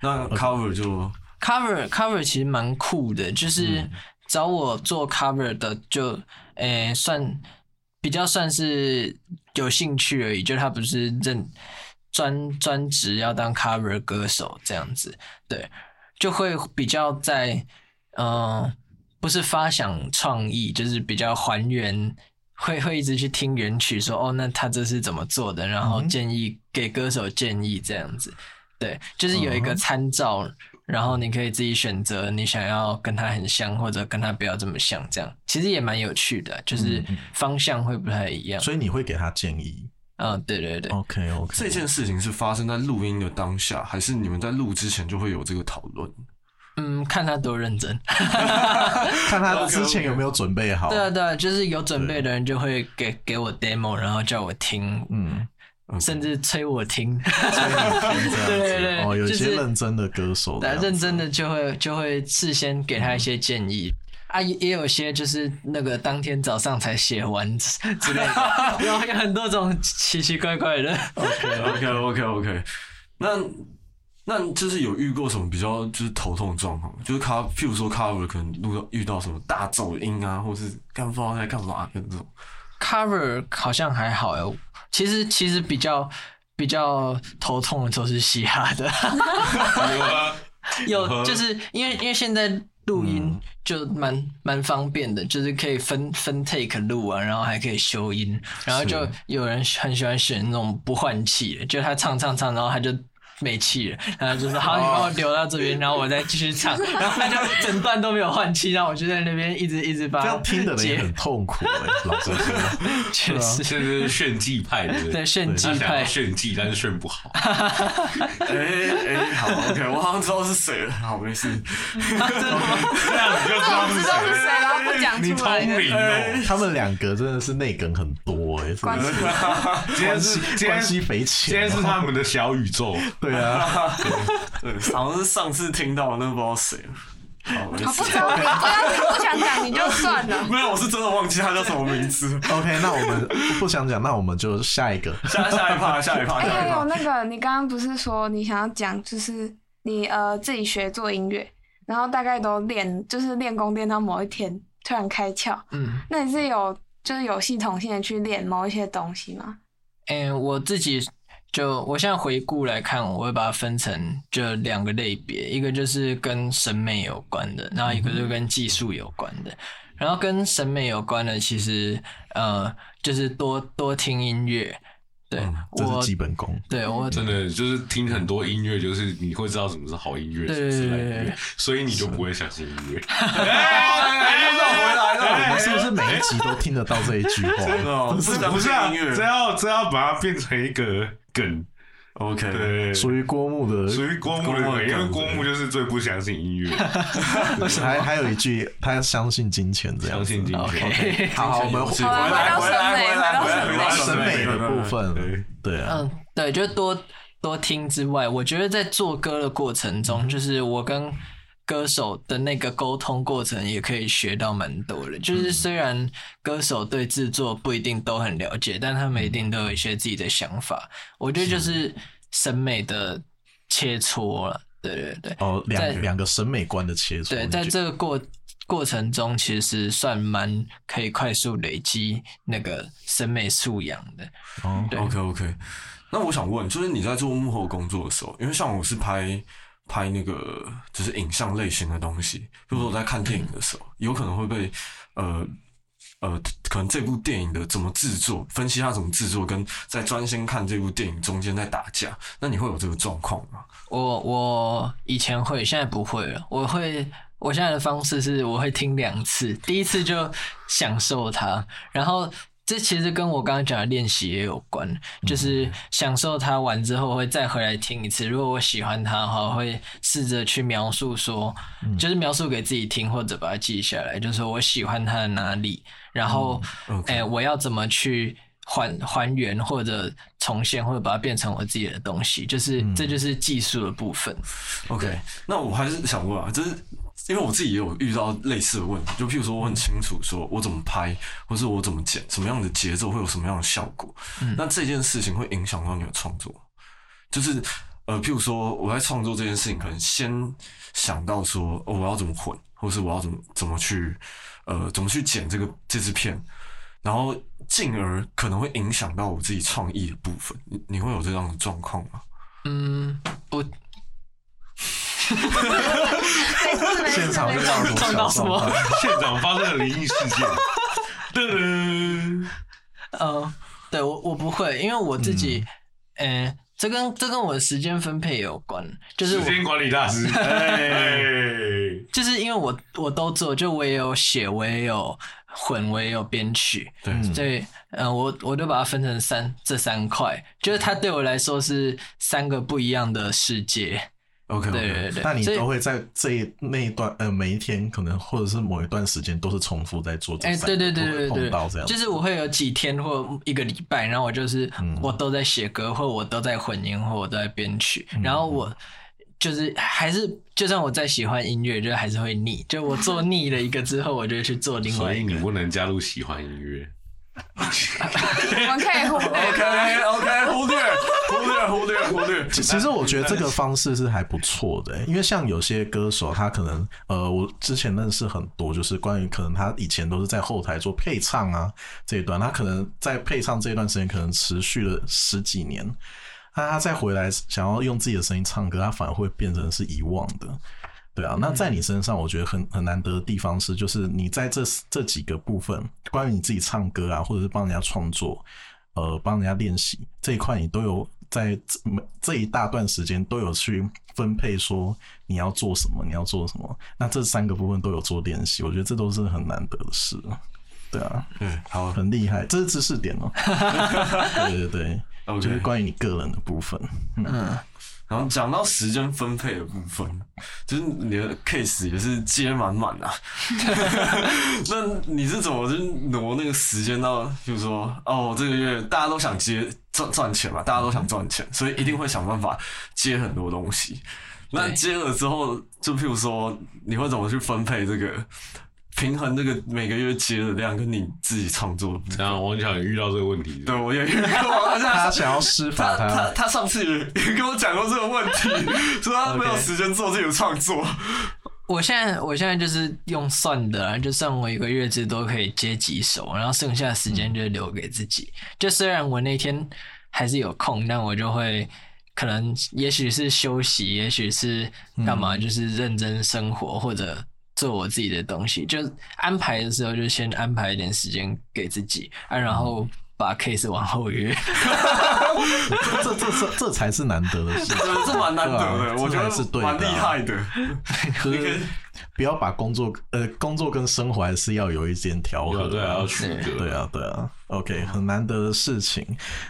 [SPEAKER 3] 那
[SPEAKER 5] 呃
[SPEAKER 3] cover 就
[SPEAKER 5] cover cover 其实蛮酷的，就是找我做 cover 的就，诶、算比较算是有兴趣而已，就他不是认专专职要当 cover 歌手这样子，对，就会比较在嗯、呃不是发想创意，就是比较还原。会会一直去听原曲说，哦，那他这是怎么做的，然后建议给歌手建议这样子，对，就是有一个参照，然后你可以自己选择你想要跟他很像，或者跟他不要这么像，这样其实也蛮有趣的，就是方向会不太一样。
[SPEAKER 1] 嗯 所以你哦会给他建议
[SPEAKER 5] 嗯，对对对，
[SPEAKER 1] ？OK OK，
[SPEAKER 3] 这件事情是发生在录音的当下，还是你们在录之前就会有这个讨论？
[SPEAKER 5] 嗯，看他多认真。
[SPEAKER 1] 看他之前有没有准备好。
[SPEAKER 5] 对啊对啊，就是有准备的人就会给给我 demo，然后叫我听，
[SPEAKER 1] 嗯，
[SPEAKER 5] 甚至催我听。
[SPEAKER 1] 对
[SPEAKER 5] 对对
[SPEAKER 1] 哦，有一
[SPEAKER 5] 就
[SPEAKER 1] 些
[SPEAKER 5] 是
[SPEAKER 1] 认真的歌手这
[SPEAKER 5] 对啊
[SPEAKER 1] 样，子，
[SPEAKER 5] 认真的就会就会事先给
[SPEAKER 1] 嗯
[SPEAKER 5] 他一些建议。啊，也也有些就是那个当天早上才写完 之之类 的，然后有很多种奇奇怪怪的。
[SPEAKER 3] OK OK OK，那那就是有遇过什么比较就是头痛的状况，就是 cover，譬如说 cover 可能录到遇到什么大走音啊，或是干不知道在干嘛的这种。
[SPEAKER 5] cover 好像还好哎，其实其实比较比较头痛的都是嘻哈的， 有
[SPEAKER 1] Uh-huh
[SPEAKER 5] 就是因为因为现在录
[SPEAKER 1] 嗯
[SPEAKER 5] 音就蛮蛮方便的，就是可以分分 take 录啊，然后还可以修音，然后就有人很喜欢选那种不换气的，就他唱唱唱，然后他就。没气了，然后就
[SPEAKER 1] 哦
[SPEAKER 5] 说好，你帮我留到这边，然后我再继续 唱，然后他就整段都没有换气，然后我就在那边一直一直把
[SPEAKER 1] 这
[SPEAKER 5] 它
[SPEAKER 1] 样听的人也
[SPEAKER 5] 截
[SPEAKER 1] 很痛苦哎，老实说，
[SPEAKER 5] 确实
[SPEAKER 2] 现在是炫技派的，
[SPEAKER 5] 对炫技
[SPEAKER 2] 他想要
[SPEAKER 5] 派，
[SPEAKER 2] 炫技，但是炫不好。
[SPEAKER 3] 哎哎、好 OK，我好像知道是谁了。好，没事。
[SPEAKER 2] 这样你就知道
[SPEAKER 4] 我
[SPEAKER 2] 是
[SPEAKER 4] 知 道
[SPEAKER 2] 谁
[SPEAKER 4] 是谁了，不讲
[SPEAKER 2] 你
[SPEAKER 4] 出
[SPEAKER 1] 啊
[SPEAKER 2] 通
[SPEAKER 4] 来了。
[SPEAKER 2] 灵哦。
[SPEAKER 1] 他们两个真的是内梗很多哎，真
[SPEAKER 4] 关
[SPEAKER 1] 的
[SPEAKER 4] 系
[SPEAKER 1] 是
[SPEAKER 2] 今天是今天
[SPEAKER 1] 关系匪
[SPEAKER 2] 今天
[SPEAKER 1] 浅
[SPEAKER 2] 是
[SPEAKER 1] 哦。
[SPEAKER 2] 他们的小宇宙，
[SPEAKER 1] 对啊，
[SPEAKER 3] 对，好像是上次听到那不知道谁了。好，没
[SPEAKER 4] 好，不
[SPEAKER 3] 事。
[SPEAKER 4] 讲，不要，不想讲你就算了。
[SPEAKER 3] 没有，我是真的忘记他叫什么名字。
[SPEAKER 1] OK，那我们不想讲，那我们就下一个。
[SPEAKER 3] 下下一趴，下一趴，下
[SPEAKER 4] 哎、
[SPEAKER 3] 一
[SPEAKER 4] 还有
[SPEAKER 3] 趴。
[SPEAKER 4] 那个，你刚刚不是说你想要讲，就是你呃自己学做音乐，然后大概都练，就是练功练到某一天突然开窍。
[SPEAKER 5] 嗯，
[SPEAKER 4] 那你是有就是有系统性的去练某一些东西吗？
[SPEAKER 5] 嗯、我自己就我现在回顾来看，我会把它分成就两个类别，一个就是跟审美有关的，然后一
[SPEAKER 1] 嗯
[SPEAKER 5] 个就跟技术有关的。然后跟审美有关的，其实呃，就是多多听音乐。对、
[SPEAKER 1] 嗯这
[SPEAKER 5] 我
[SPEAKER 1] 是，基本嗯功，
[SPEAKER 5] 对我，
[SPEAKER 2] 真的就是听很多音乐，就是你会知道什么是好音乐，
[SPEAKER 5] 对
[SPEAKER 2] 什么是烂音
[SPEAKER 5] 对对
[SPEAKER 2] 乐，所以你就不会相信音乐。
[SPEAKER 3] 哎，又绕回来
[SPEAKER 1] 我
[SPEAKER 3] 了。
[SPEAKER 1] 们是不是每一集
[SPEAKER 2] 哎
[SPEAKER 1] 都听得到这一句
[SPEAKER 3] 真的
[SPEAKER 1] 话？
[SPEAKER 3] 哦，不是
[SPEAKER 2] 不是啊，
[SPEAKER 3] 音
[SPEAKER 2] 这
[SPEAKER 3] 乐
[SPEAKER 2] 要这要把它变成一个梗，
[SPEAKER 3] ，OK，
[SPEAKER 2] 对，
[SPEAKER 1] 属于郭牧的
[SPEAKER 2] 属于郭牧的
[SPEAKER 3] 郭牧的
[SPEAKER 2] 梗，因为
[SPEAKER 3] 梗
[SPEAKER 2] 郭牧就是最不相信音乐，
[SPEAKER 1] 还还有一句，他相信金钱这样
[SPEAKER 2] 相
[SPEAKER 1] 子。
[SPEAKER 2] 信金钱。
[SPEAKER 5] OK，
[SPEAKER 1] 好，我们
[SPEAKER 3] 是
[SPEAKER 1] 回
[SPEAKER 3] 回
[SPEAKER 2] 啊
[SPEAKER 3] 来回来回来回来回来，
[SPEAKER 1] 审美的部分，对啊，
[SPEAKER 5] 嗯，对，就多多听之外，我觉得在做歌的过程中，就是我跟歌手的那个沟通过程，也可以学到蛮多的。就是虽然歌手对制作不一定都很了解，但他们一定都有一些自己的想法。我觉得就是审美的切磋了，对对对。
[SPEAKER 1] 哦，
[SPEAKER 5] 在
[SPEAKER 1] 两两个审美观的切磋。
[SPEAKER 5] 对，
[SPEAKER 1] 你
[SPEAKER 5] 在
[SPEAKER 1] 觉
[SPEAKER 5] 这个过过程中，其实算蛮可以快速累积那个审美素养的。
[SPEAKER 1] 哦
[SPEAKER 5] 对
[SPEAKER 3] OK OK，那我想问，就是你在做幕后工作的时候，因为像我是拍拍那个就是影像类型的东西，比如说我在看电影的时候，有可能会被呃呃，可能这部电影的怎么制作，分析它怎么制作，跟在专心看这部电影中间在打架，那你会有这个状况吗？
[SPEAKER 5] 我我以前会，现在不会了。我会，我现在的方式是我会听两次，第一次就享受它，然后这其实跟我刚刚讲的练习也有关，就是享受它完之后会再回来听一次。如果我喜欢它的话，我会试着去描述说，就是描述给自己听，或者把它记下来，就是说我喜欢它的哪里，然后
[SPEAKER 3] 嗯，OK
[SPEAKER 5] 哎、我要怎么去还还原或者重现，或者把它变成我自己的东西，就是、这就是技术的部分。
[SPEAKER 3] OK，那我还是想问啊，就是因为我自己也有遇到类似的问题，就譬如说我很清楚说我怎么拍，或是我怎么剪，什么样的节奏会有什么样的效果，
[SPEAKER 5] 嗯
[SPEAKER 3] 那这件事情会影响到你的创作，就是。呃，譬如说我在创作这件事情，可能先想到说，哦，我要怎么混，或是我要怎么怎么去，呃，怎么去剪这个这支片，然后进而可能会影响到我自己创意的部分。你你会有这样的状况吗？
[SPEAKER 5] 嗯，不
[SPEAKER 4] 没事没事
[SPEAKER 1] 现场
[SPEAKER 4] 没
[SPEAKER 1] 就
[SPEAKER 4] 事
[SPEAKER 1] 撞
[SPEAKER 5] 撞到什么
[SPEAKER 2] 现场发生了灵异事件。噔噔，
[SPEAKER 5] 呃，对我我不会，因为我自己，嗯、这跟这跟我的时间分配也有关，就是
[SPEAKER 2] 时
[SPEAKER 5] 我
[SPEAKER 2] 间管理大师，哎，
[SPEAKER 5] 就是因为我我都做，就我也有写，我也有混，我也有编曲，
[SPEAKER 3] 对
[SPEAKER 5] 所以嗯、呃我我就把它分成三这三块，就是它对我来说是三个不一样的世界，
[SPEAKER 3] ，OK，, o
[SPEAKER 5] 对
[SPEAKER 3] k
[SPEAKER 5] 对对，
[SPEAKER 1] 那你
[SPEAKER 5] 所以
[SPEAKER 1] 都会在这一那一段呃每一天可能或者是某一段时间都是重复在做这
[SPEAKER 5] 哎、
[SPEAKER 1] 三
[SPEAKER 5] 对
[SPEAKER 1] 个，
[SPEAKER 5] 对对
[SPEAKER 1] 不会
[SPEAKER 5] 对对
[SPEAKER 1] 碰到这样，
[SPEAKER 5] 就是我会有几天或一个礼拜，然后我就是、
[SPEAKER 1] 嗯
[SPEAKER 5] 我都在写歌，或我都在混音，或我都在编曲，
[SPEAKER 1] 嗯
[SPEAKER 5] 然后我就是还是就算我再喜欢音乐，就还是会腻，就我做腻了一个之后，我就会去做另
[SPEAKER 2] 所
[SPEAKER 5] 外一
[SPEAKER 2] 以
[SPEAKER 5] 个。
[SPEAKER 2] 你不能加入喜欢音乐。
[SPEAKER 4] 我们可以忽略。
[SPEAKER 3] OK OK，忽略忽略忽略忽 略。
[SPEAKER 1] 其其实我觉得这个方式是还不错的、欸因为像有些歌手，他可能呃，我之前认识很多，就是关于可能他以前都是在后台做配唱啊这一段，他可能在配唱这一段时间可能持续了十几年，那他再回来想要用自己的声音唱歌，他反而会变成是遗忘的。对啊，那在你身上，我觉得很很难得的地方是，就是你在这这几个部分，关于你自己唱歌啊，或者是帮人家创作，呃，帮人家练习这一块，你都有在这每这一大段时间都有去分配，说你要做什么，你要做什么。那这三个部分都有做练习，我觉得这都是很难得的事。对啊，
[SPEAKER 3] 对，好
[SPEAKER 1] 很厉害，这是知识点哦、对对对，就
[SPEAKER 3] ，OK
[SPEAKER 1] 是。关于你个人的部分。
[SPEAKER 3] 然后讲到时间分配的部分，就是你的 case 也是接满满啊。 那你是怎么就是挪那个时间到，比如说哦，这个月大家都想接赚赚钱嘛，大家都想赚钱，所以一定会想办法接很多东西。那接了之后，就譬如说，你会怎么去分配这个？平衡这个每个月接的量跟你自己创作的部分
[SPEAKER 2] 然后王小也遇到这个问题，
[SPEAKER 3] 对，啊我也遇
[SPEAKER 1] 他
[SPEAKER 3] 过，他上次
[SPEAKER 1] 想要施法，
[SPEAKER 3] 他
[SPEAKER 1] 他
[SPEAKER 3] 他他上次也 跟我讲过这个问题，说他没有时间做自己的创作。
[SPEAKER 5] 我现在我现在就是用算的啊，就算我一个月最多可以接几首，然后剩下的时间就留给自己。就虽然我那天还是有空，但我就会可能也许是休息，也许是干嘛，就是认真生活或者做我自己的东西。就安排的时候就先安排一点时间给自己啊，然后把 case 往后约。
[SPEAKER 1] 这这这这才是难得的事情。
[SPEAKER 3] 这蛮难得
[SPEAKER 1] 对啊
[SPEAKER 3] 的，我觉
[SPEAKER 1] 这才是
[SPEAKER 3] 得
[SPEAKER 1] 对的啊
[SPEAKER 3] 蛮厉害的。
[SPEAKER 1] 就是不要把工作呃工作跟生活还是要有一点调和
[SPEAKER 2] 要
[SPEAKER 1] 吧，
[SPEAKER 2] 对啊，要取得，
[SPEAKER 1] 对啊，对啊，OK，很难得的事情。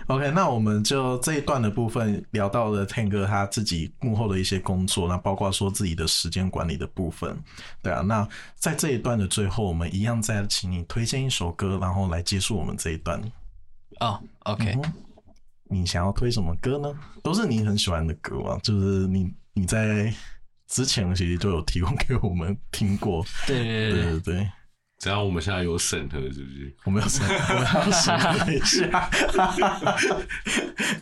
[SPEAKER 1] OK，那我们就这一段的部分聊到了 Ten 哥他自己幕后的一些工作，那包括说自己的时间管理的部分，对啊。那在这一段的最后，我们一样再请你推荐一首歌，然后来结束我们这一段。
[SPEAKER 5] 哦，OK、o k
[SPEAKER 1] 嗯你想要推什么歌呢？都是你很喜欢的歌嘛，就是你你在之前其实就有提供给我们听过，
[SPEAKER 5] 对对
[SPEAKER 1] 对
[SPEAKER 5] 对对。
[SPEAKER 1] 对对。
[SPEAKER 2] 这样我们现在有审核是不是？
[SPEAKER 1] 我们要审，我们要审核一下。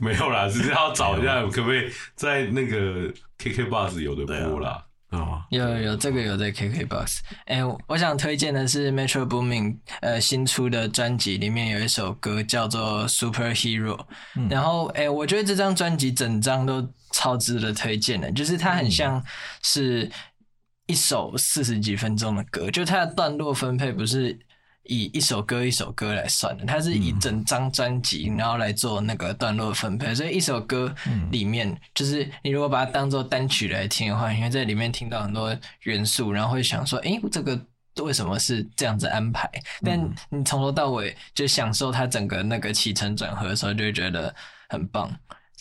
[SPEAKER 2] 没有啦，只是要找一下可不可以在那个 KK Bus 有的播啦。
[SPEAKER 3] 知道吗？
[SPEAKER 5] 有有有，这个有在 KKBOX。哎、我我想推荐的是 Metro Boomin 呃新出的专辑，里面有一首歌叫做 Superhero。然后哎、我觉得这张专辑整张都超值得推荐的，就是它很像是一首四十几分钟的歌，就它的段落分配不是。以一首歌一首歌来算的，它是以整张专辑，然后来做那个段落分配，所以一首歌里面，就是你如果把它当做单曲来听的话，你会在里面听到很多元素，然后会想说，诶，这个为什么是这样子安排？但你从头到尾就享受它整个那个起承转合的时候，就会觉得很棒。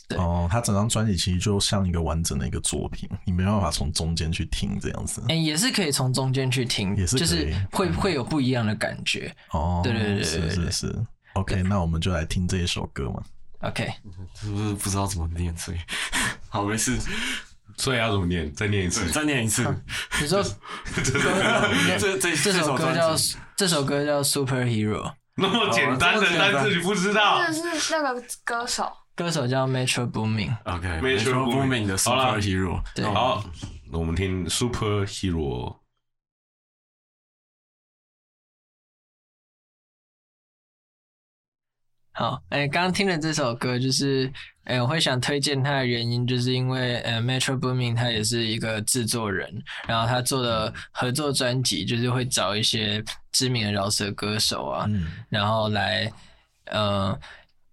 [SPEAKER 5] 对
[SPEAKER 1] 哦，他整张专辑其实就像一个完整的一个作品，你没办法从中间去听这样子。
[SPEAKER 5] 诶，也是可以从中间去听，
[SPEAKER 1] 也是可以
[SPEAKER 5] 嗯就是嗯会会有不一样的感觉。
[SPEAKER 1] 哦，
[SPEAKER 5] 对对对对
[SPEAKER 1] 是
[SPEAKER 5] 对
[SPEAKER 1] 是
[SPEAKER 5] 对
[SPEAKER 1] 是。OK，那我们就来听这一首歌嘛。
[SPEAKER 5] OK，
[SPEAKER 3] 是不是不知道怎么念？所以 好没事，
[SPEAKER 2] 所以要怎么念？再念一次。
[SPEAKER 3] 再念一 次。
[SPEAKER 5] 你说
[SPEAKER 3] 这啊这
[SPEAKER 5] 这首歌叫
[SPEAKER 3] 专辑
[SPEAKER 5] 这首歌叫 Superhero，
[SPEAKER 2] 那么简单的单字你不知道？
[SPEAKER 4] 这是那个歌手，
[SPEAKER 5] 歌手叫 Metro Boomin。
[SPEAKER 3] OK
[SPEAKER 2] Metro
[SPEAKER 3] Metro Boomin 的
[SPEAKER 2] 好啦
[SPEAKER 3] Super Hero。
[SPEAKER 5] 对，
[SPEAKER 2] 好，那我们听 Super Hero。
[SPEAKER 5] 好，哎、刚刚听了这首歌，就是，哎、我会想推荐他的原因，就是因为，呃，Metro Boomin 他也是一个制作人，然后他做的合作专辑就是会找一些知名的饶舌歌手啊，
[SPEAKER 1] 嗯，
[SPEAKER 5] 然后来，呃，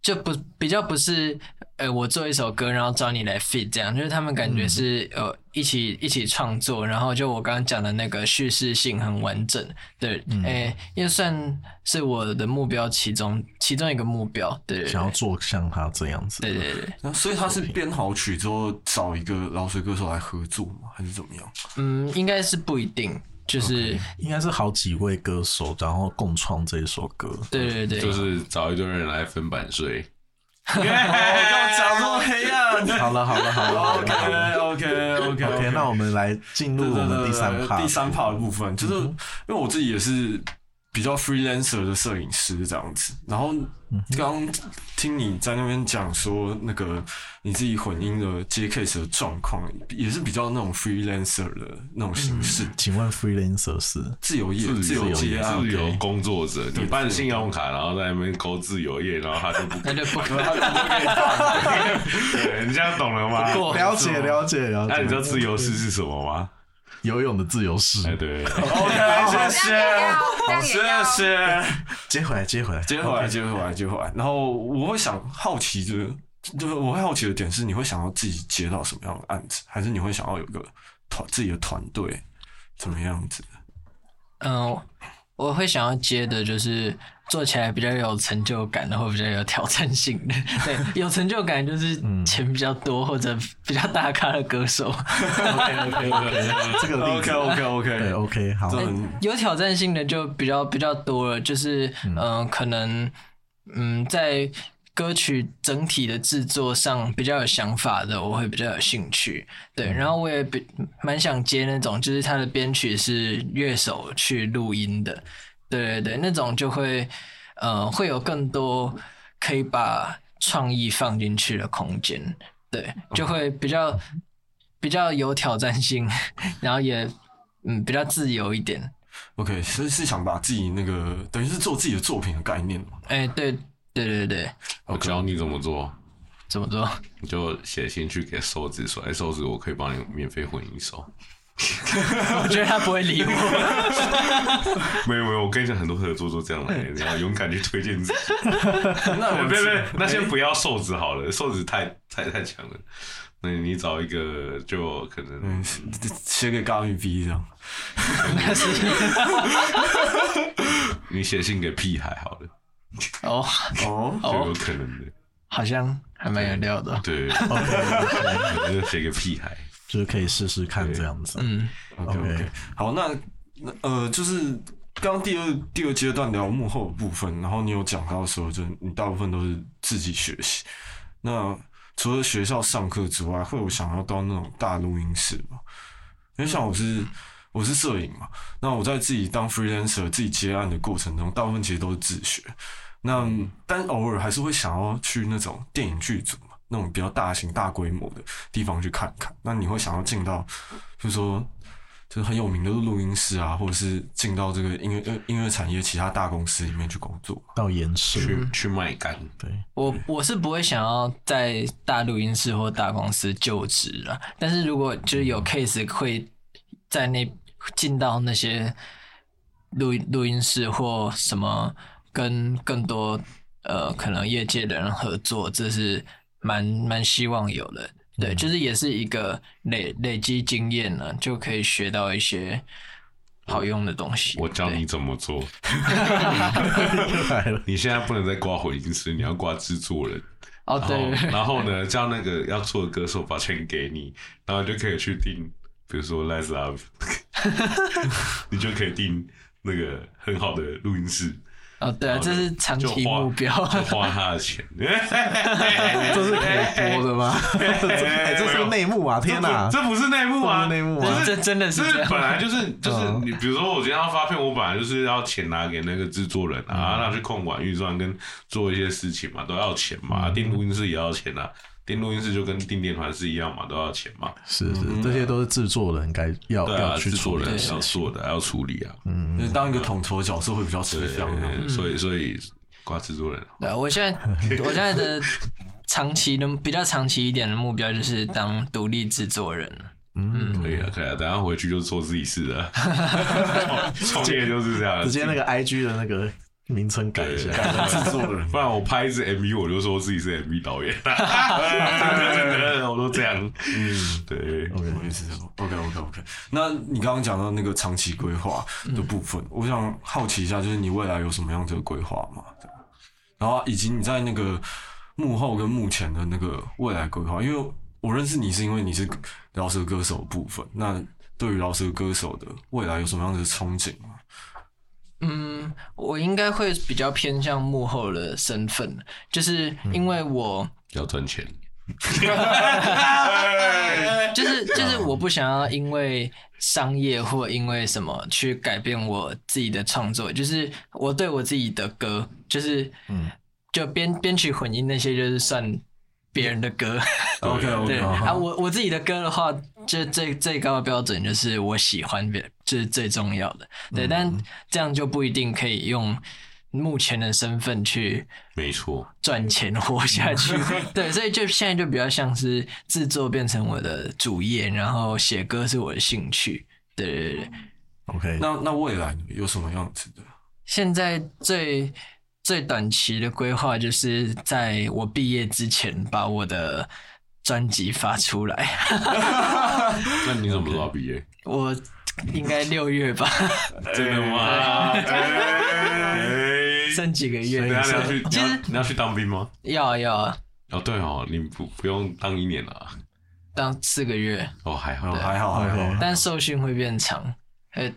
[SPEAKER 5] 就不比较不是，呃，我做一首歌，然后找你来 fit 这样，就是他们感
[SPEAKER 2] 嗯
[SPEAKER 5] 觉是、呃一起一起创作，然后就我刚刚讲的那个叙事性很完整，对，
[SPEAKER 2] 嗯
[SPEAKER 5] 诶、也算是我的目标其中其中一个目标，对对
[SPEAKER 2] 啊
[SPEAKER 1] 想要做像他这样子。
[SPEAKER 5] 对对对，
[SPEAKER 3] 那所以他是编好曲之后找一个饶舌歌手来合作吗？还是怎么样？
[SPEAKER 5] 嗯，应该是不一定，就是
[SPEAKER 1] 应该是好几位歌手，然后共创这一首歌。
[SPEAKER 5] 对对啊对，
[SPEAKER 2] 就是找一堆人来分版税。
[SPEAKER 3] 我讲这么黑暗。
[SPEAKER 1] 好了好了好了
[SPEAKER 3] OK OK OK
[SPEAKER 1] OK，那我们来进入我们第三趴。
[SPEAKER 3] 第三 part 的部分，
[SPEAKER 1] 嗯
[SPEAKER 3] 就是因为我自己也是比较 freelancer 的摄影师这样子。
[SPEAKER 1] 嗯
[SPEAKER 3] 然后刚听你在那边讲说那个你自己混音的接 case 的状况，也是比较那种 freelancer 的那种形式，
[SPEAKER 1] 请问 freelancer 是？
[SPEAKER 3] 自由啊业、
[SPEAKER 2] 自由
[SPEAKER 3] 接案，
[SPEAKER 2] 自由
[SPEAKER 3] 对
[SPEAKER 2] 工作者，你办信用卡，然后在那边勾自由业，然后他就不
[SPEAKER 5] 那就 不
[SPEAKER 2] 对，你这样懂了哦吗？
[SPEAKER 1] 了解了解了解。
[SPEAKER 2] 那你知道自由式是什么吗？
[SPEAKER 1] 游泳的自由
[SPEAKER 2] 哎，
[SPEAKER 1] 式，
[SPEAKER 2] 对，
[SPEAKER 3] OK，谢
[SPEAKER 4] 这样也要
[SPEAKER 3] 谢。，
[SPEAKER 4] 这样也要
[SPEAKER 2] 啊
[SPEAKER 3] 谢。谢，
[SPEAKER 1] 接回来接回来
[SPEAKER 3] 接回来，接回来，接回来。然后我会想好奇的，就是我会好奇的点是，你会想要自己接到什么样的案子，还是你会想要有个团自己的团队，怎么样子？
[SPEAKER 5] 嗯，我会想要接的就是做起来比较有成就感的，或比较有挑战性的。对，有成就感就是钱比较多或者比较大咖的歌手。
[SPEAKER 1] OK OK，这个例
[SPEAKER 3] OK
[SPEAKER 1] 子
[SPEAKER 3] OK
[SPEAKER 1] 对
[SPEAKER 3] OK，
[SPEAKER 1] OK 好。
[SPEAKER 3] 这很
[SPEAKER 5] 哎有挑战性的就比较比较多了，就是嗯、呃可能嗯，在歌曲整体的制作上比较有想法的，我会比较有兴趣。对，然后我也比蛮想接那种，就是它的编曲是乐手去录音的，对对对，那种就会呃会有更多可以把创意放进去的空间，对，就会比较比较有挑战性， 然后也嗯比较自由一点。
[SPEAKER 3] OK，是是想把自己那个等于是做自己的作品的概念 嘛？
[SPEAKER 5] 哎、对对对对，
[SPEAKER 2] 我 教你怎么做，
[SPEAKER 5] 怎么做？
[SPEAKER 2] 你就写信去给瘦子说，哎，瘦子，我可以帮你免费混一首。
[SPEAKER 5] 我觉得他不会理我。
[SPEAKER 2] 没有没有，我跟你讲，很多合作都这样 来，你要勇敢去推荐自己。对
[SPEAKER 3] 那我
[SPEAKER 2] 对 对，那先不要瘦子好了，瘦子太太太强了。那你找一个就可能
[SPEAKER 3] 嗯，写给咖喱 B 这样。
[SPEAKER 2] 你写信给屁孩好了，
[SPEAKER 5] 哦，
[SPEAKER 3] 哦，
[SPEAKER 2] 就有可能的。
[SPEAKER 5] 好像还蛮有料的。
[SPEAKER 2] 对， 就写给屁孩。
[SPEAKER 1] 就是可以试试看这样子。
[SPEAKER 5] 嗯，
[SPEAKER 3] OK
[SPEAKER 1] OK
[SPEAKER 3] OK，好，那那呃，就是刚刚第二第二阶段聊幕后的部分，然后你有讲到说，就是你大部分都是自己学习。那除了学校上课之外，会有想要到那种大录音室吗？因为像我是我是摄影嘛，那我在自己当 freelancer 自己接案的过程中，大部分其实都是自学。那但偶尔还是会想要去那种电影剧组嘛，那种比较大型大规模的地方去看看。那你会想要进到，就是说就是很有名的录音室啊，或者是进到这个音乐呃音乐产业其他大公司里面去工作。
[SPEAKER 1] 到延伸，
[SPEAKER 2] 去去卖干，
[SPEAKER 1] 对，
[SPEAKER 5] 我
[SPEAKER 2] 嗯
[SPEAKER 5] 我是不会想要在大录音室或大公司就职了，但是如果就是
[SPEAKER 2] 嗯
[SPEAKER 5] 有 case 会在那进到那些录录音室或什么跟更多呃可能业界的人合作，这是蛮蛮希望有的。对，
[SPEAKER 2] 嗯
[SPEAKER 5] 就是也是一个累累积经验呢，就可以学到一些好用的东西。
[SPEAKER 2] 我教
[SPEAKER 5] 对
[SPEAKER 2] 你怎么做。
[SPEAKER 1] 来了，
[SPEAKER 2] 你现在不能再挂混音师，你要挂制作人。
[SPEAKER 5] 哦，
[SPEAKER 2] 然后
[SPEAKER 5] 对，
[SPEAKER 2] 然后呢，叫那个要做的歌手把钱给你，然后你就可以去订，比如说 Let's Love，你就可以订那个很好的录音室。
[SPEAKER 5] 哦对啊，这是长
[SPEAKER 2] 就
[SPEAKER 5] 期
[SPEAKER 2] 花
[SPEAKER 5] 目标。
[SPEAKER 2] 就花他的钱。哎
[SPEAKER 1] 这是可以播的吗？ 哎，这是内幕啊！天哪，
[SPEAKER 2] 这不是内幕啊，
[SPEAKER 1] 这不是内幕啊
[SPEAKER 2] 这
[SPEAKER 5] 这真 的是
[SPEAKER 2] 这
[SPEAKER 5] 这样
[SPEAKER 2] 本来就是就是
[SPEAKER 1] 嗯
[SPEAKER 2] 你，比如说我今天要发片，我本来就是要钱拿给那个制作人啊，让他去控管预算跟做一些事情嘛，都要钱嘛，订录音室也要钱啊，订录音室就跟订电团是一样嘛，都要钱嘛，
[SPEAKER 1] 是是，这些都是制作人该要
[SPEAKER 2] 对啊，
[SPEAKER 1] 要去
[SPEAKER 2] 制
[SPEAKER 1] 处
[SPEAKER 2] 作
[SPEAKER 1] 理嗯
[SPEAKER 2] 人
[SPEAKER 1] 的
[SPEAKER 5] 对
[SPEAKER 1] 事
[SPEAKER 2] 要
[SPEAKER 1] 情。
[SPEAKER 2] 做的，要处理啊，
[SPEAKER 3] 就是当一个统筹角色会比较吃
[SPEAKER 2] 对
[SPEAKER 3] 香啊。
[SPEAKER 2] 所以所以挂制作人，啊
[SPEAKER 5] 对，啊我现在我现在的长期的比较长期一点的目标就是当独立制作人。
[SPEAKER 2] 可以了，可以了，啊等一下回去就做自己事了， 创业就是这样，啊
[SPEAKER 1] 直接那个 IG 的那个名称改一下，
[SPEAKER 2] 制作人，不然我拍一支 MV 我就说自己是 MV 导演， 我都这样。嗯，对，
[SPEAKER 3] 我也是这样。OK OK OK。那你刚刚讲到那个长期规划的部分，我想好奇一下，就是你未来有什么样子的规划吗？这样然后以及你在那个幕后跟幕前的那个未来规划，因为我认识你是因为你是饶舌歌手的部分，那对于饶舌歌手的未来有什么样子的憧憬吗？
[SPEAKER 5] 嗯，我应该会比较偏向幕后的身份，就是因为我
[SPEAKER 2] 要赚钱。
[SPEAKER 5] 就是就是我不想要因为商业或因为什么去改变我自己的创作，就是我对我自己的歌，就是嗯，就编编曲混音那些就是算别人的歌。
[SPEAKER 3] OK
[SPEAKER 5] 对
[SPEAKER 3] OK，
[SPEAKER 5] 啊，我我自己的歌的话，这最最高的标准就是我喜欢别，这、是最重要的。对，但这样就不一定可以用目前的身份去
[SPEAKER 2] 没错，
[SPEAKER 5] 赚钱活下去。 对，所以就现在就比较像是制作变成我的主业，然后写歌是我的兴趣。对对对，
[SPEAKER 1] OK，
[SPEAKER 3] 那那未来有什么样子的？
[SPEAKER 5] 现在最最短期的规划就是在我毕业之前把我的专辑发出来。
[SPEAKER 2] 那你怎么知道毕业？
[SPEAKER 5] 我应该六月吧，
[SPEAKER 2] 真的吗？
[SPEAKER 1] 哎
[SPEAKER 5] 剩几个月
[SPEAKER 2] 哎等一下你要去，你
[SPEAKER 5] 其
[SPEAKER 2] 要
[SPEAKER 5] 实
[SPEAKER 2] 你要去当兵吗？
[SPEAKER 5] 要啊要啊，
[SPEAKER 2] 哦，对哦，你不不用当一年了啊。
[SPEAKER 5] 当四个月，
[SPEAKER 2] 哦，还好
[SPEAKER 3] 哦，，还好还好
[SPEAKER 1] OK，
[SPEAKER 5] 但受训会变长。呃，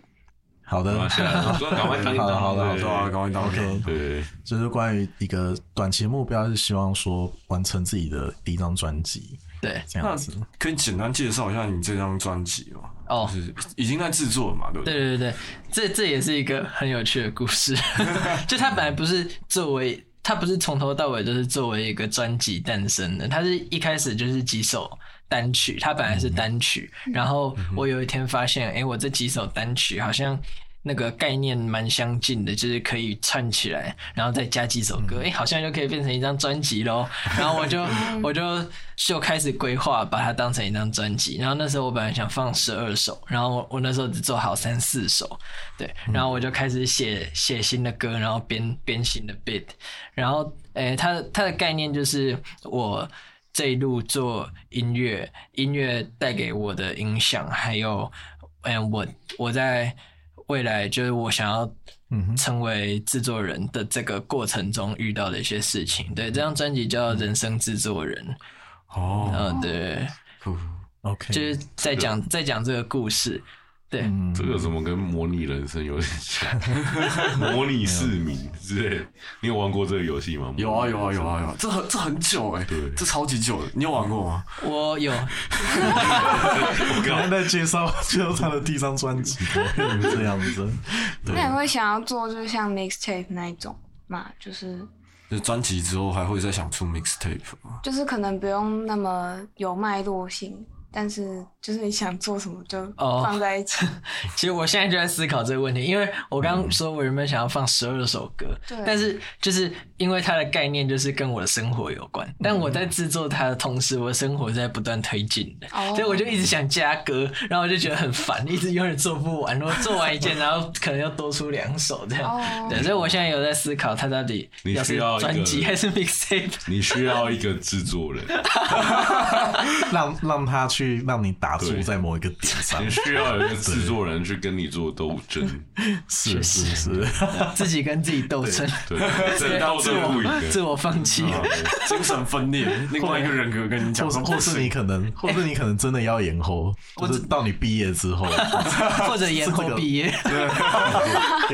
[SPEAKER 1] 好的
[SPEAKER 2] 赶快 下来啊我说赶快当一
[SPEAKER 1] 好
[SPEAKER 2] 当。
[SPEAKER 1] 的好的
[SPEAKER 2] 对
[SPEAKER 3] 对啊，赶快到
[SPEAKER 1] ，OK，
[SPEAKER 2] 对，
[SPEAKER 1] 这是关于一个短期目标，是希望说完成自己的第一张专辑
[SPEAKER 5] 对，
[SPEAKER 1] 这样
[SPEAKER 3] 那
[SPEAKER 1] 子。
[SPEAKER 3] 可以简单介绍一下你这张专辑吗？
[SPEAKER 5] 哦
[SPEAKER 3] 就是已经在制作了嘛，对不
[SPEAKER 5] 对
[SPEAKER 3] 对？
[SPEAKER 5] 对对对，这这也是一个很有趣的故事。就它本来不是作为，它不是从头到尾都是作为一个专辑诞生的，它是一开始就是几首单曲，它本来是单曲，然后我有一天发现，哎、我这几首单曲好像。那个概念蛮相近的，就是可以串起来，然后再加几首歌，哎、好像就可以变成一张专辑喽。然后我就我就就开始规划，把它当成一张专辑。然后那时候我本来想放十二首，然后我我那时候只做好三四首，对，然后我就开始写写新的歌，然后编编新的 beat，然后诶，它的它的概念就是我这一路做音乐，音乐带给我的影响，还有嗯，我我在未来就是我想要成为制作人的这个过程中遇到的一些事情。对，这张专辑叫《人生制作人》，
[SPEAKER 3] 哦，
[SPEAKER 5] 嗯，对，
[SPEAKER 3] 酷
[SPEAKER 1] OK，
[SPEAKER 5] 就是在讲在讲这个故事。对，
[SPEAKER 1] 嗯
[SPEAKER 2] 这个怎么跟模拟人生有点像？模拟市民之类的，你有玩过这个游戏吗？
[SPEAKER 3] 有啊有啊有啊有啊，这很这很久哎、
[SPEAKER 2] 对
[SPEAKER 3] 这超级久的，你有玩过吗？
[SPEAKER 5] 我有
[SPEAKER 1] 我刚刚在介绍介绍他的第一张专辑，这样子。
[SPEAKER 4] 那你会想要做就是像 mixtape 那一种嘛？就是
[SPEAKER 3] 就专辑之后还会再想出 mixtape 吗？
[SPEAKER 4] 就是可能不用那么有脉络性，但是就是你想做什么就
[SPEAKER 5] 哦
[SPEAKER 4] 放在一起。
[SPEAKER 5] 其实我现在就在思考这个问题，因为我刚刚说我原本想要放十二首歌，
[SPEAKER 4] 对
[SPEAKER 5] 但是就是因为它的概念就是跟我的生活有
[SPEAKER 4] 嗯
[SPEAKER 5] 关，但我在制作它的同时，我的生活在不断推进的，
[SPEAKER 4] 哦
[SPEAKER 5] 所以我就一直想加歌，然后我就觉得 很烦，一直永远做不完，然后做完一件，然后可能要多出两首这样。
[SPEAKER 4] 哦
[SPEAKER 5] 对，所以我现在有在思考它到底
[SPEAKER 2] 你
[SPEAKER 5] 要
[SPEAKER 2] 需
[SPEAKER 5] 是
[SPEAKER 2] 要一个
[SPEAKER 5] 专辑还 是 mixtape。
[SPEAKER 2] 你需要一个制作人，
[SPEAKER 1] 让让他去让你打住
[SPEAKER 2] 对
[SPEAKER 1] 在某一个点上
[SPEAKER 2] 你，需要有一个制作人去跟你做斗争，
[SPEAKER 1] 是是是，
[SPEAKER 5] 自己跟自己斗争，
[SPEAKER 2] 对，这斗
[SPEAKER 5] 自
[SPEAKER 2] 争不赢
[SPEAKER 5] 我自
[SPEAKER 2] 的。
[SPEAKER 5] 我放弃。
[SPEAKER 2] 哦
[SPEAKER 3] 精神分裂，另外一个人格跟你
[SPEAKER 1] 或
[SPEAKER 3] 讲
[SPEAKER 1] 是
[SPEAKER 3] 什么
[SPEAKER 1] 或是你可能，或是你可能真的要延 后，就是到你毕业之后，
[SPEAKER 5] 或者 延后毕业，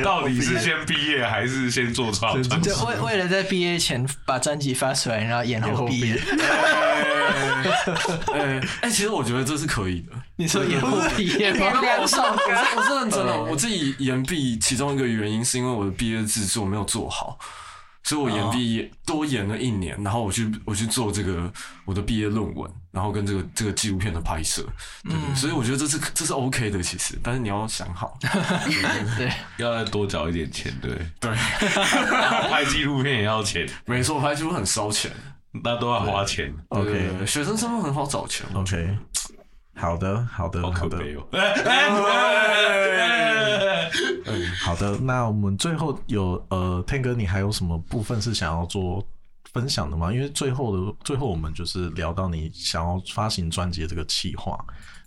[SPEAKER 2] 到底是先毕业还是先做创
[SPEAKER 1] 对
[SPEAKER 2] 创
[SPEAKER 5] 就为为了在毕业前把专辑发出来，然后延
[SPEAKER 1] 延
[SPEAKER 5] 后
[SPEAKER 1] 后
[SPEAKER 5] 毕
[SPEAKER 1] 毕
[SPEAKER 5] 业
[SPEAKER 1] 业。。
[SPEAKER 3] 哎哎，其实我觉得这是可以的。
[SPEAKER 5] 你说延后毕业 吗？
[SPEAKER 4] 两首
[SPEAKER 3] 我
[SPEAKER 4] 歌，
[SPEAKER 3] 是我是认真
[SPEAKER 1] 嗯
[SPEAKER 3] 的，我自己延毕其中一个原因是因为我的毕业制作没有做好，所以我延毕
[SPEAKER 1] 啊
[SPEAKER 3] 也多延了一年，然后我去我去做这个我的毕业论文，然后跟这个这个纪录片的拍摄，对
[SPEAKER 1] 嗯
[SPEAKER 3] 对所以我觉得这是这是 OK 的，其实，但是你要 想好，
[SPEAKER 5] 对，
[SPEAKER 2] 要再多缴一点钱，对，
[SPEAKER 3] 对，
[SPEAKER 2] 拍纪录片也要钱，
[SPEAKER 3] 没错，拍纪录很烧钱
[SPEAKER 2] 那都要花钱，
[SPEAKER 3] 对对
[SPEAKER 1] OK
[SPEAKER 3] 对学生身份很好找钱，
[SPEAKER 1] OK，好的，好的，
[SPEAKER 2] 好
[SPEAKER 1] 好
[SPEAKER 2] 可
[SPEAKER 1] 的，
[SPEAKER 2] 悲哦。哎哎哎哎
[SPEAKER 1] 嗯好的。那我们最后有呃，天哥，你还有什么部分是想要做分享的吗？因为最后的最后，我们就是聊到你想要发行专辑的这个企划，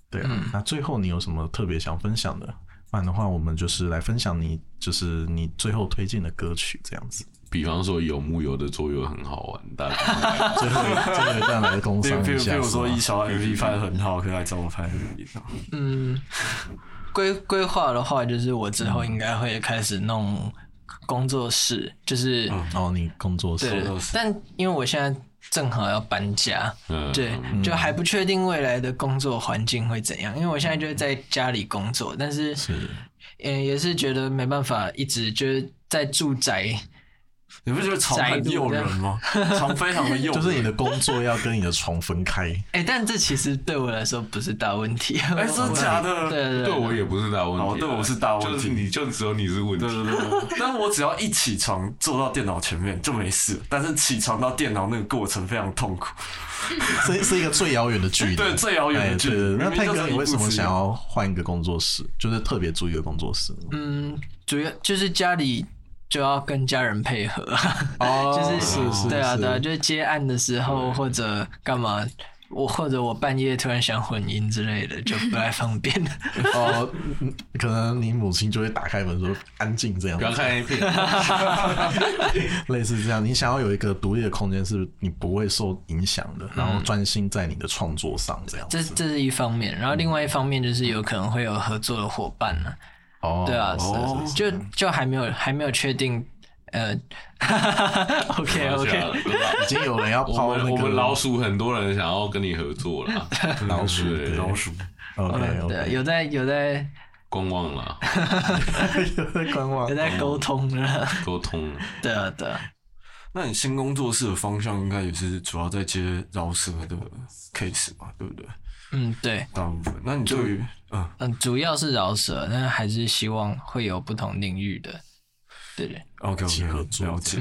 [SPEAKER 1] 对啊。
[SPEAKER 3] 嗯
[SPEAKER 1] 那最后你有什么特别想分享的？不然的话，我们就是来分享你就是你最后推荐的歌曲这样 子。
[SPEAKER 2] 比方说有木有的桌游很好玩，大家
[SPEAKER 1] 最后一最后一段来工
[SPEAKER 3] 比
[SPEAKER 1] 商
[SPEAKER 3] 如比
[SPEAKER 1] 一
[SPEAKER 3] 如比
[SPEAKER 1] 下。
[SPEAKER 3] 如
[SPEAKER 1] 是吗
[SPEAKER 3] 说一小 MV 拍的很好，可以来找我拍 MV 啊。
[SPEAKER 5] 嗯，规规划的话，就是我之后应该会开始弄工作室，就是、
[SPEAKER 1] 哦，你工作室
[SPEAKER 5] 对
[SPEAKER 3] 作室，
[SPEAKER 5] 但因为我现在正好要搬家，
[SPEAKER 2] 嗯
[SPEAKER 5] 对，就还不确定未来的工作环境会怎样，因为我现在就是在家里工作，但是嗯，也是觉得没办法一直就是在住宅，
[SPEAKER 3] 你不觉得床很诱人吗？床非常的诱人，
[SPEAKER 1] 就是你的工作要跟你的床分开。
[SPEAKER 5] 哎、但这其实对我来说不是大问题，
[SPEAKER 3] 哎，真的假的？
[SPEAKER 5] 对对
[SPEAKER 2] 对
[SPEAKER 5] 对，
[SPEAKER 2] 我也不是大问
[SPEAKER 3] 哦
[SPEAKER 2] 题，
[SPEAKER 3] 对我是大问题
[SPEAKER 2] 就是你就只有你是问题
[SPEAKER 3] 对。对对， 对但我只要一起床坐到电脑前面就没事了，但是起床到电脑那个过程非常痛苦。
[SPEAKER 1] 是是一个最遥远的距离，
[SPEAKER 3] 对最遥远的距离
[SPEAKER 1] 哎对对对那
[SPEAKER 3] 明明
[SPEAKER 1] 泰
[SPEAKER 3] 就
[SPEAKER 1] 哥，
[SPEAKER 3] 是
[SPEAKER 1] 你
[SPEAKER 3] 一
[SPEAKER 1] 为什
[SPEAKER 3] 步
[SPEAKER 1] 么
[SPEAKER 3] 之
[SPEAKER 1] 想要换一个工作室？就是特别租一个工作室？
[SPEAKER 5] 嗯，主要就是家里就要跟家人配合，
[SPEAKER 1] 哦
[SPEAKER 5] 就
[SPEAKER 1] 是
[SPEAKER 5] 是
[SPEAKER 1] 是，
[SPEAKER 5] 对啊对啊，
[SPEAKER 1] 是
[SPEAKER 5] 就是接案的时候或者干嘛。我或者我半夜突然想混音之类的，就不太方便。
[SPEAKER 1] 哦，嗯可能你母亲就会打开门说安静这样
[SPEAKER 2] 不，要看 A 片，
[SPEAKER 1] 类似这样。你想要有一个独立的空间，是你不会受影响的，然后专心在你的创作上这样子。
[SPEAKER 5] 这这是一方面，然后另外一方面就是有可能会有合作的伙伴呢、
[SPEAKER 1] 哦，
[SPEAKER 5] 对啊，
[SPEAKER 1] 是是
[SPEAKER 5] 就就还没有还没有确定。呃 ，OK
[SPEAKER 2] 啊不要这
[SPEAKER 5] OK，
[SPEAKER 2] 样
[SPEAKER 1] 已经有人要
[SPEAKER 2] 我
[SPEAKER 1] 抛那
[SPEAKER 2] 们
[SPEAKER 1] 个
[SPEAKER 2] 我们老鼠很多人想要跟你合作了，
[SPEAKER 1] 老鼠
[SPEAKER 2] 对
[SPEAKER 1] 对
[SPEAKER 3] 老鼠，
[SPEAKER 1] ，OK
[SPEAKER 5] 嗯对，
[SPEAKER 1] OK，
[SPEAKER 5] 有在有在
[SPEAKER 2] 观望了，
[SPEAKER 1] 有在观望
[SPEAKER 5] 有。在沟通了，
[SPEAKER 2] 沟通了。
[SPEAKER 5] 对啊对啊，
[SPEAKER 3] 那你新工作室的方向应该也是主要在接饶舌的 case 嘛，对不对？
[SPEAKER 5] 嗯对，
[SPEAKER 3] 大部分。那你对于嗯，
[SPEAKER 5] 嗯，主要是饶舌，但还是希望会有不同领域的，对对。
[SPEAKER 3] OK OK，了解。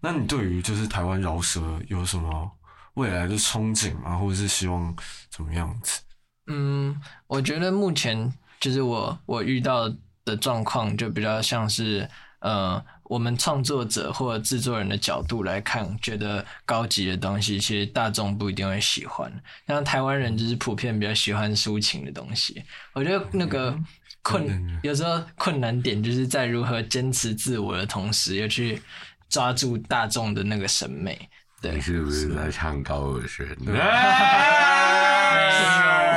[SPEAKER 3] 那你对于就是台湾饶舌有什么未来的憧憬吗？或者是希望怎么样子？
[SPEAKER 5] 嗯，我觉得目前就是我我遇到的状况，就比较像是呃，我们创作者或制作人的角度来看，觉得高级的东西其实大众不一定会喜欢。像台湾人就是普遍比较喜欢抒情的东西，我觉得那个困、有时候困难点就是在如何坚持自我的同时，又去抓住大众的那个审美。对
[SPEAKER 2] 你是不是在唱高尔宣？哎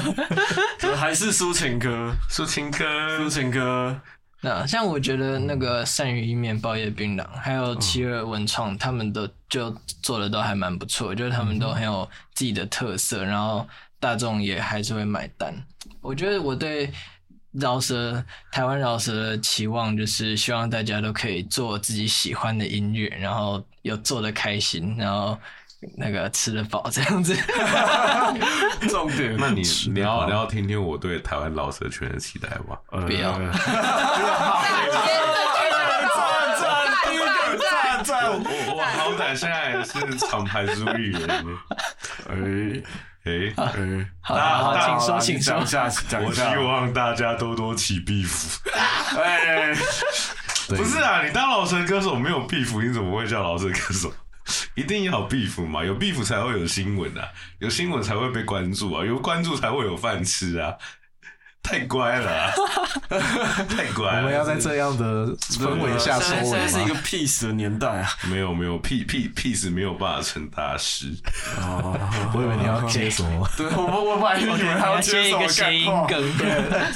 [SPEAKER 3] 就是还是抒情歌，
[SPEAKER 2] 抒情歌
[SPEAKER 3] 抒，情歌。
[SPEAKER 5] 那啊像我觉得那个善于一面包夜槟榔，还有嗯七二文创，他们都就做的都还蛮不错，就是他们都很有自己的特色，然后大众也还是会买单。我觉得我对饶舌台湾饶舌的期望就是希望大家都可以做自己喜欢的音乐，然后有做的开心，然后那个吃得饱这样子。
[SPEAKER 3] 重点。
[SPEAKER 2] 那你
[SPEAKER 1] 吃
[SPEAKER 2] 你
[SPEAKER 1] 得
[SPEAKER 2] 要
[SPEAKER 1] 饱
[SPEAKER 2] 你要听听我对台湾老舌圈的期待吧。
[SPEAKER 3] 不
[SPEAKER 5] 不要
[SPEAKER 3] 赞赞！
[SPEAKER 2] 我我好歹现在也是厂牌主语言，
[SPEAKER 3] 哎
[SPEAKER 2] 诶、
[SPEAKER 3] 哎，
[SPEAKER 5] 好好好，请
[SPEAKER 3] 好
[SPEAKER 5] 说，
[SPEAKER 3] 啦
[SPEAKER 5] 请
[SPEAKER 3] 你
[SPEAKER 5] 说
[SPEAKER 3] 讲一。下，讲
[SPEAKER 2] 我
[SPEAKER 3] 一
[SPEAKER 2] 希
[SPEAKER 3] 下。
[SPEAKER 2] 望大家多多起 beef。
[SPEAKER 3] 哎，
[SPEAKER 1] 对
[SPEAKER 2] 不是啊，你当老舌歌手没有 beef，你怎么会叫老舌歌手？ 一定要有 beef 嘛，有 beef 才会有新闻啊，有新闻才会被关注啊，有关注才会有饭吃啊。太乖了、啊， 太乖了。
[SPEAKER 1] 我们要在这样的氛围下收
[SPEAKER 3] 现在现在是
[SPEAKER 1] 尾
[SPEAKER 3] 一个
[SPEAKER 1] 吗？
[SPEAKER 3] peace 的年代啊！
[SPEAKER 2] 没有没有屁屁屁是没有办法成大事。
[SPEAKER 1] 我以为你要接什么？
[SPEAKER 3] 对，我我我本来以为你们还要接
[SPEAKER 5] 接一
[SPEAKER 3] 什么
[SPEAKER 5] 个谐音
[SPEAKER 3] 干话
[SPEAKER 5] 梗，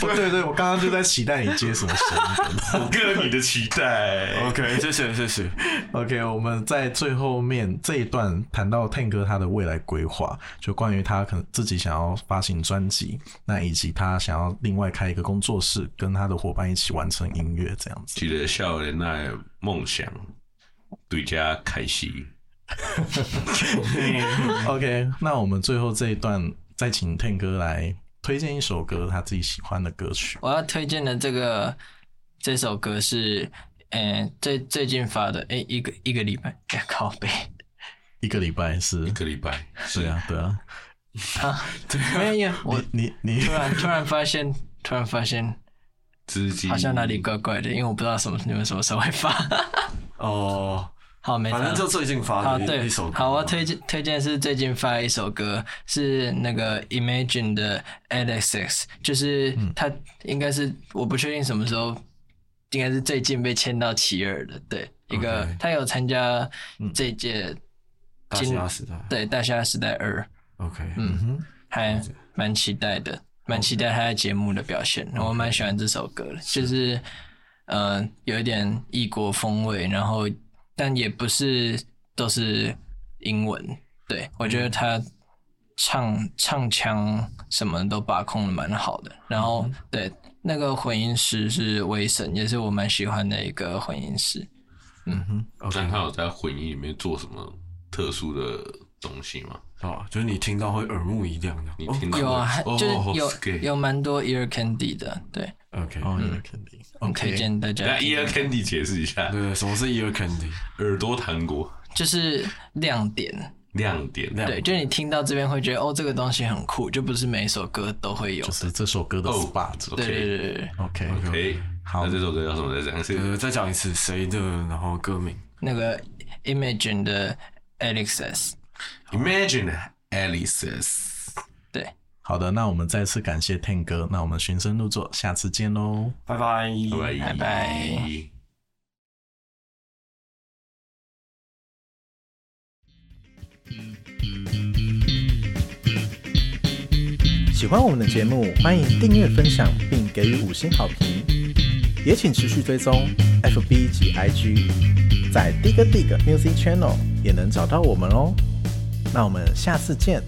[SPEAKER 1] 对对对，我刚刚就在期待你接什么声音。
[SPEAKER 2] 我哥你的期待，
[SPEAKER 3] OK，谢谢谢谢。
[SPEAKER 1] OK，我们在最后面这一段谈到 Ten 哥他的未来规划，就关于他可能自己想要发行专辑，那以及他想要另外开一个工作室，跟他的伙伴一起完成音乐这样子。
[SPEAKER 2] 记得少年的梦想对家开始。
[SPEAKER 1] OK，那我们最后这一段再请 Ten 哥来推荐一首歌，他自己喜欢的歌曲。
[SPEAKER 5] 我要推荐的这个这首歌是，呃，最最近发的，诶，一个一个礼拜，哎，靠背，
[SPEAKER 1] 一个礼拜是
[SPEAKER 2] 一，个礼拜，
[SPEAKER 1] 对啊，对啊。
[SPEAKER 5] 没有，我
[SPEAKER 1] 你你
[SPEAKER 5] 突然突然发现，突然发现
[SPEAKER 2] 自己
[SPEAKER 5] 好像哪里怪怪的，因为我不知道什么你们什么时候会发。
[SPEAKER 3] 哦，
[SPEAKER 5] 好，没差
[SPEAKER 3] 反正就最近发
[SPEAKER 5] 好
[SPEAKER 3] 的
[SPEAKER 5] 对
[SPEAKER 3] 啊一一首歌。
[SPEAKER 5] 好，我要推荐推荐是最近发的一首歌，是那个 Imagine 的 Alexis，就是
[SPEAKER 3] 嗯
[SPEAKER 5] 他应该是、我不确定什么时候，应该是最近被签到奇尔的，对，一个
[SPEAKER 3] OK 嗯
[SPEAKER 5] 他有参加这届
[SPEAKER 3] 大嘻哈时代。
[SPEAKER 5] 对《大虾时代二》，
[SPEAKER 3] OK，
[SPEAKER 5] 还蛮期待的，蛮期待他在节目的表现。我蛮喜欢这首歌的，就是呃有一点异国风味，然后但也不是都是英文。对我
[SPEAKER 2] 嗯
[SPEAKER 5] 觉得他唱唱腔什么都把控的蛮好的，然后
[SPEAKER 2] 嗯
[SPEAKER 5] 对那个混音师是威神，也是我蛮喜欢的一个混音师。
[SPEAKER 2] 但他有在混音里面做什么特殊的东西吗？
[SPEAKER 3] 哦，就是你听到会耳目一亮的。
[SPEAKER 2] 你听到
[SPEAKER 5] 有啊，
[SPEAKER 2] 哦
[SPEAKER 5] 就是有、
[SPEAKER 2] ，skate
[SPEAKER 5] 有蛮多 Ear Candy 的，对，
[SPEAKER 3] OK，
[SPEAKER 1] 哦，
[SPEAKER 2] 嗯
[SPEAKER 1] 有肯定。
[SPEAKER 5] 推
[SPEAKER 1] OK，
[SPEAKER 5] 荐大
[SPEAKER 2] 来
[SPEAKER 5] 家听听看。
[SPEAKER 2] ，Ear Candy 解释一下，
[SPEAKER 3] 对，什么是 ear candy？
[SPEAKER 2] 耳朵糖果
[SPEAKER 5] 就是亮点，
[SPEAKER 2] 亮点，
[SPEAKER 3] 亮
[SPEAKER 5] 对，就是你听到这边会觉得哦，这个东西很酷，就不是每一首歌都会有
[SPEAKER 1] 就。是这首歌的
[SPEAKER 2] 哦
[SPEAKER 1] spot。
[SPEAKER 5] 对
[SPEAKER 2] OK
[SPEAKER 5] 对对对对，
[SPEAKER 1] OK，
[SPEAKER 2] 哎，
[SPEAKER 1] 好
[SPEAKER 2] 那这首歌叫什么来着？是
[SPEAKER 3] 呃，再讲一次谁的，然后歌名。
[SPEAKER 5] 那个 Imagine 的 Alexis，
[SPEAKER 2] Imagine Alice's。
[SPEAKER 5] 对，
[SPEAKER 1] 好的，那我们再次感谢 Ten 哥，那我们循声入座，下次见喽。
[SPEAKER 3] 拜拜。
[SPEAKER 5] 拜拜。
[SPEAKER 8] 喜欢我们的节目，欢迎订阅、分享，并给予五星好评。也请持续追踪 FB 及 IG，在 Dig Dig Music Channel 也能找到我们哦。那我们下次见。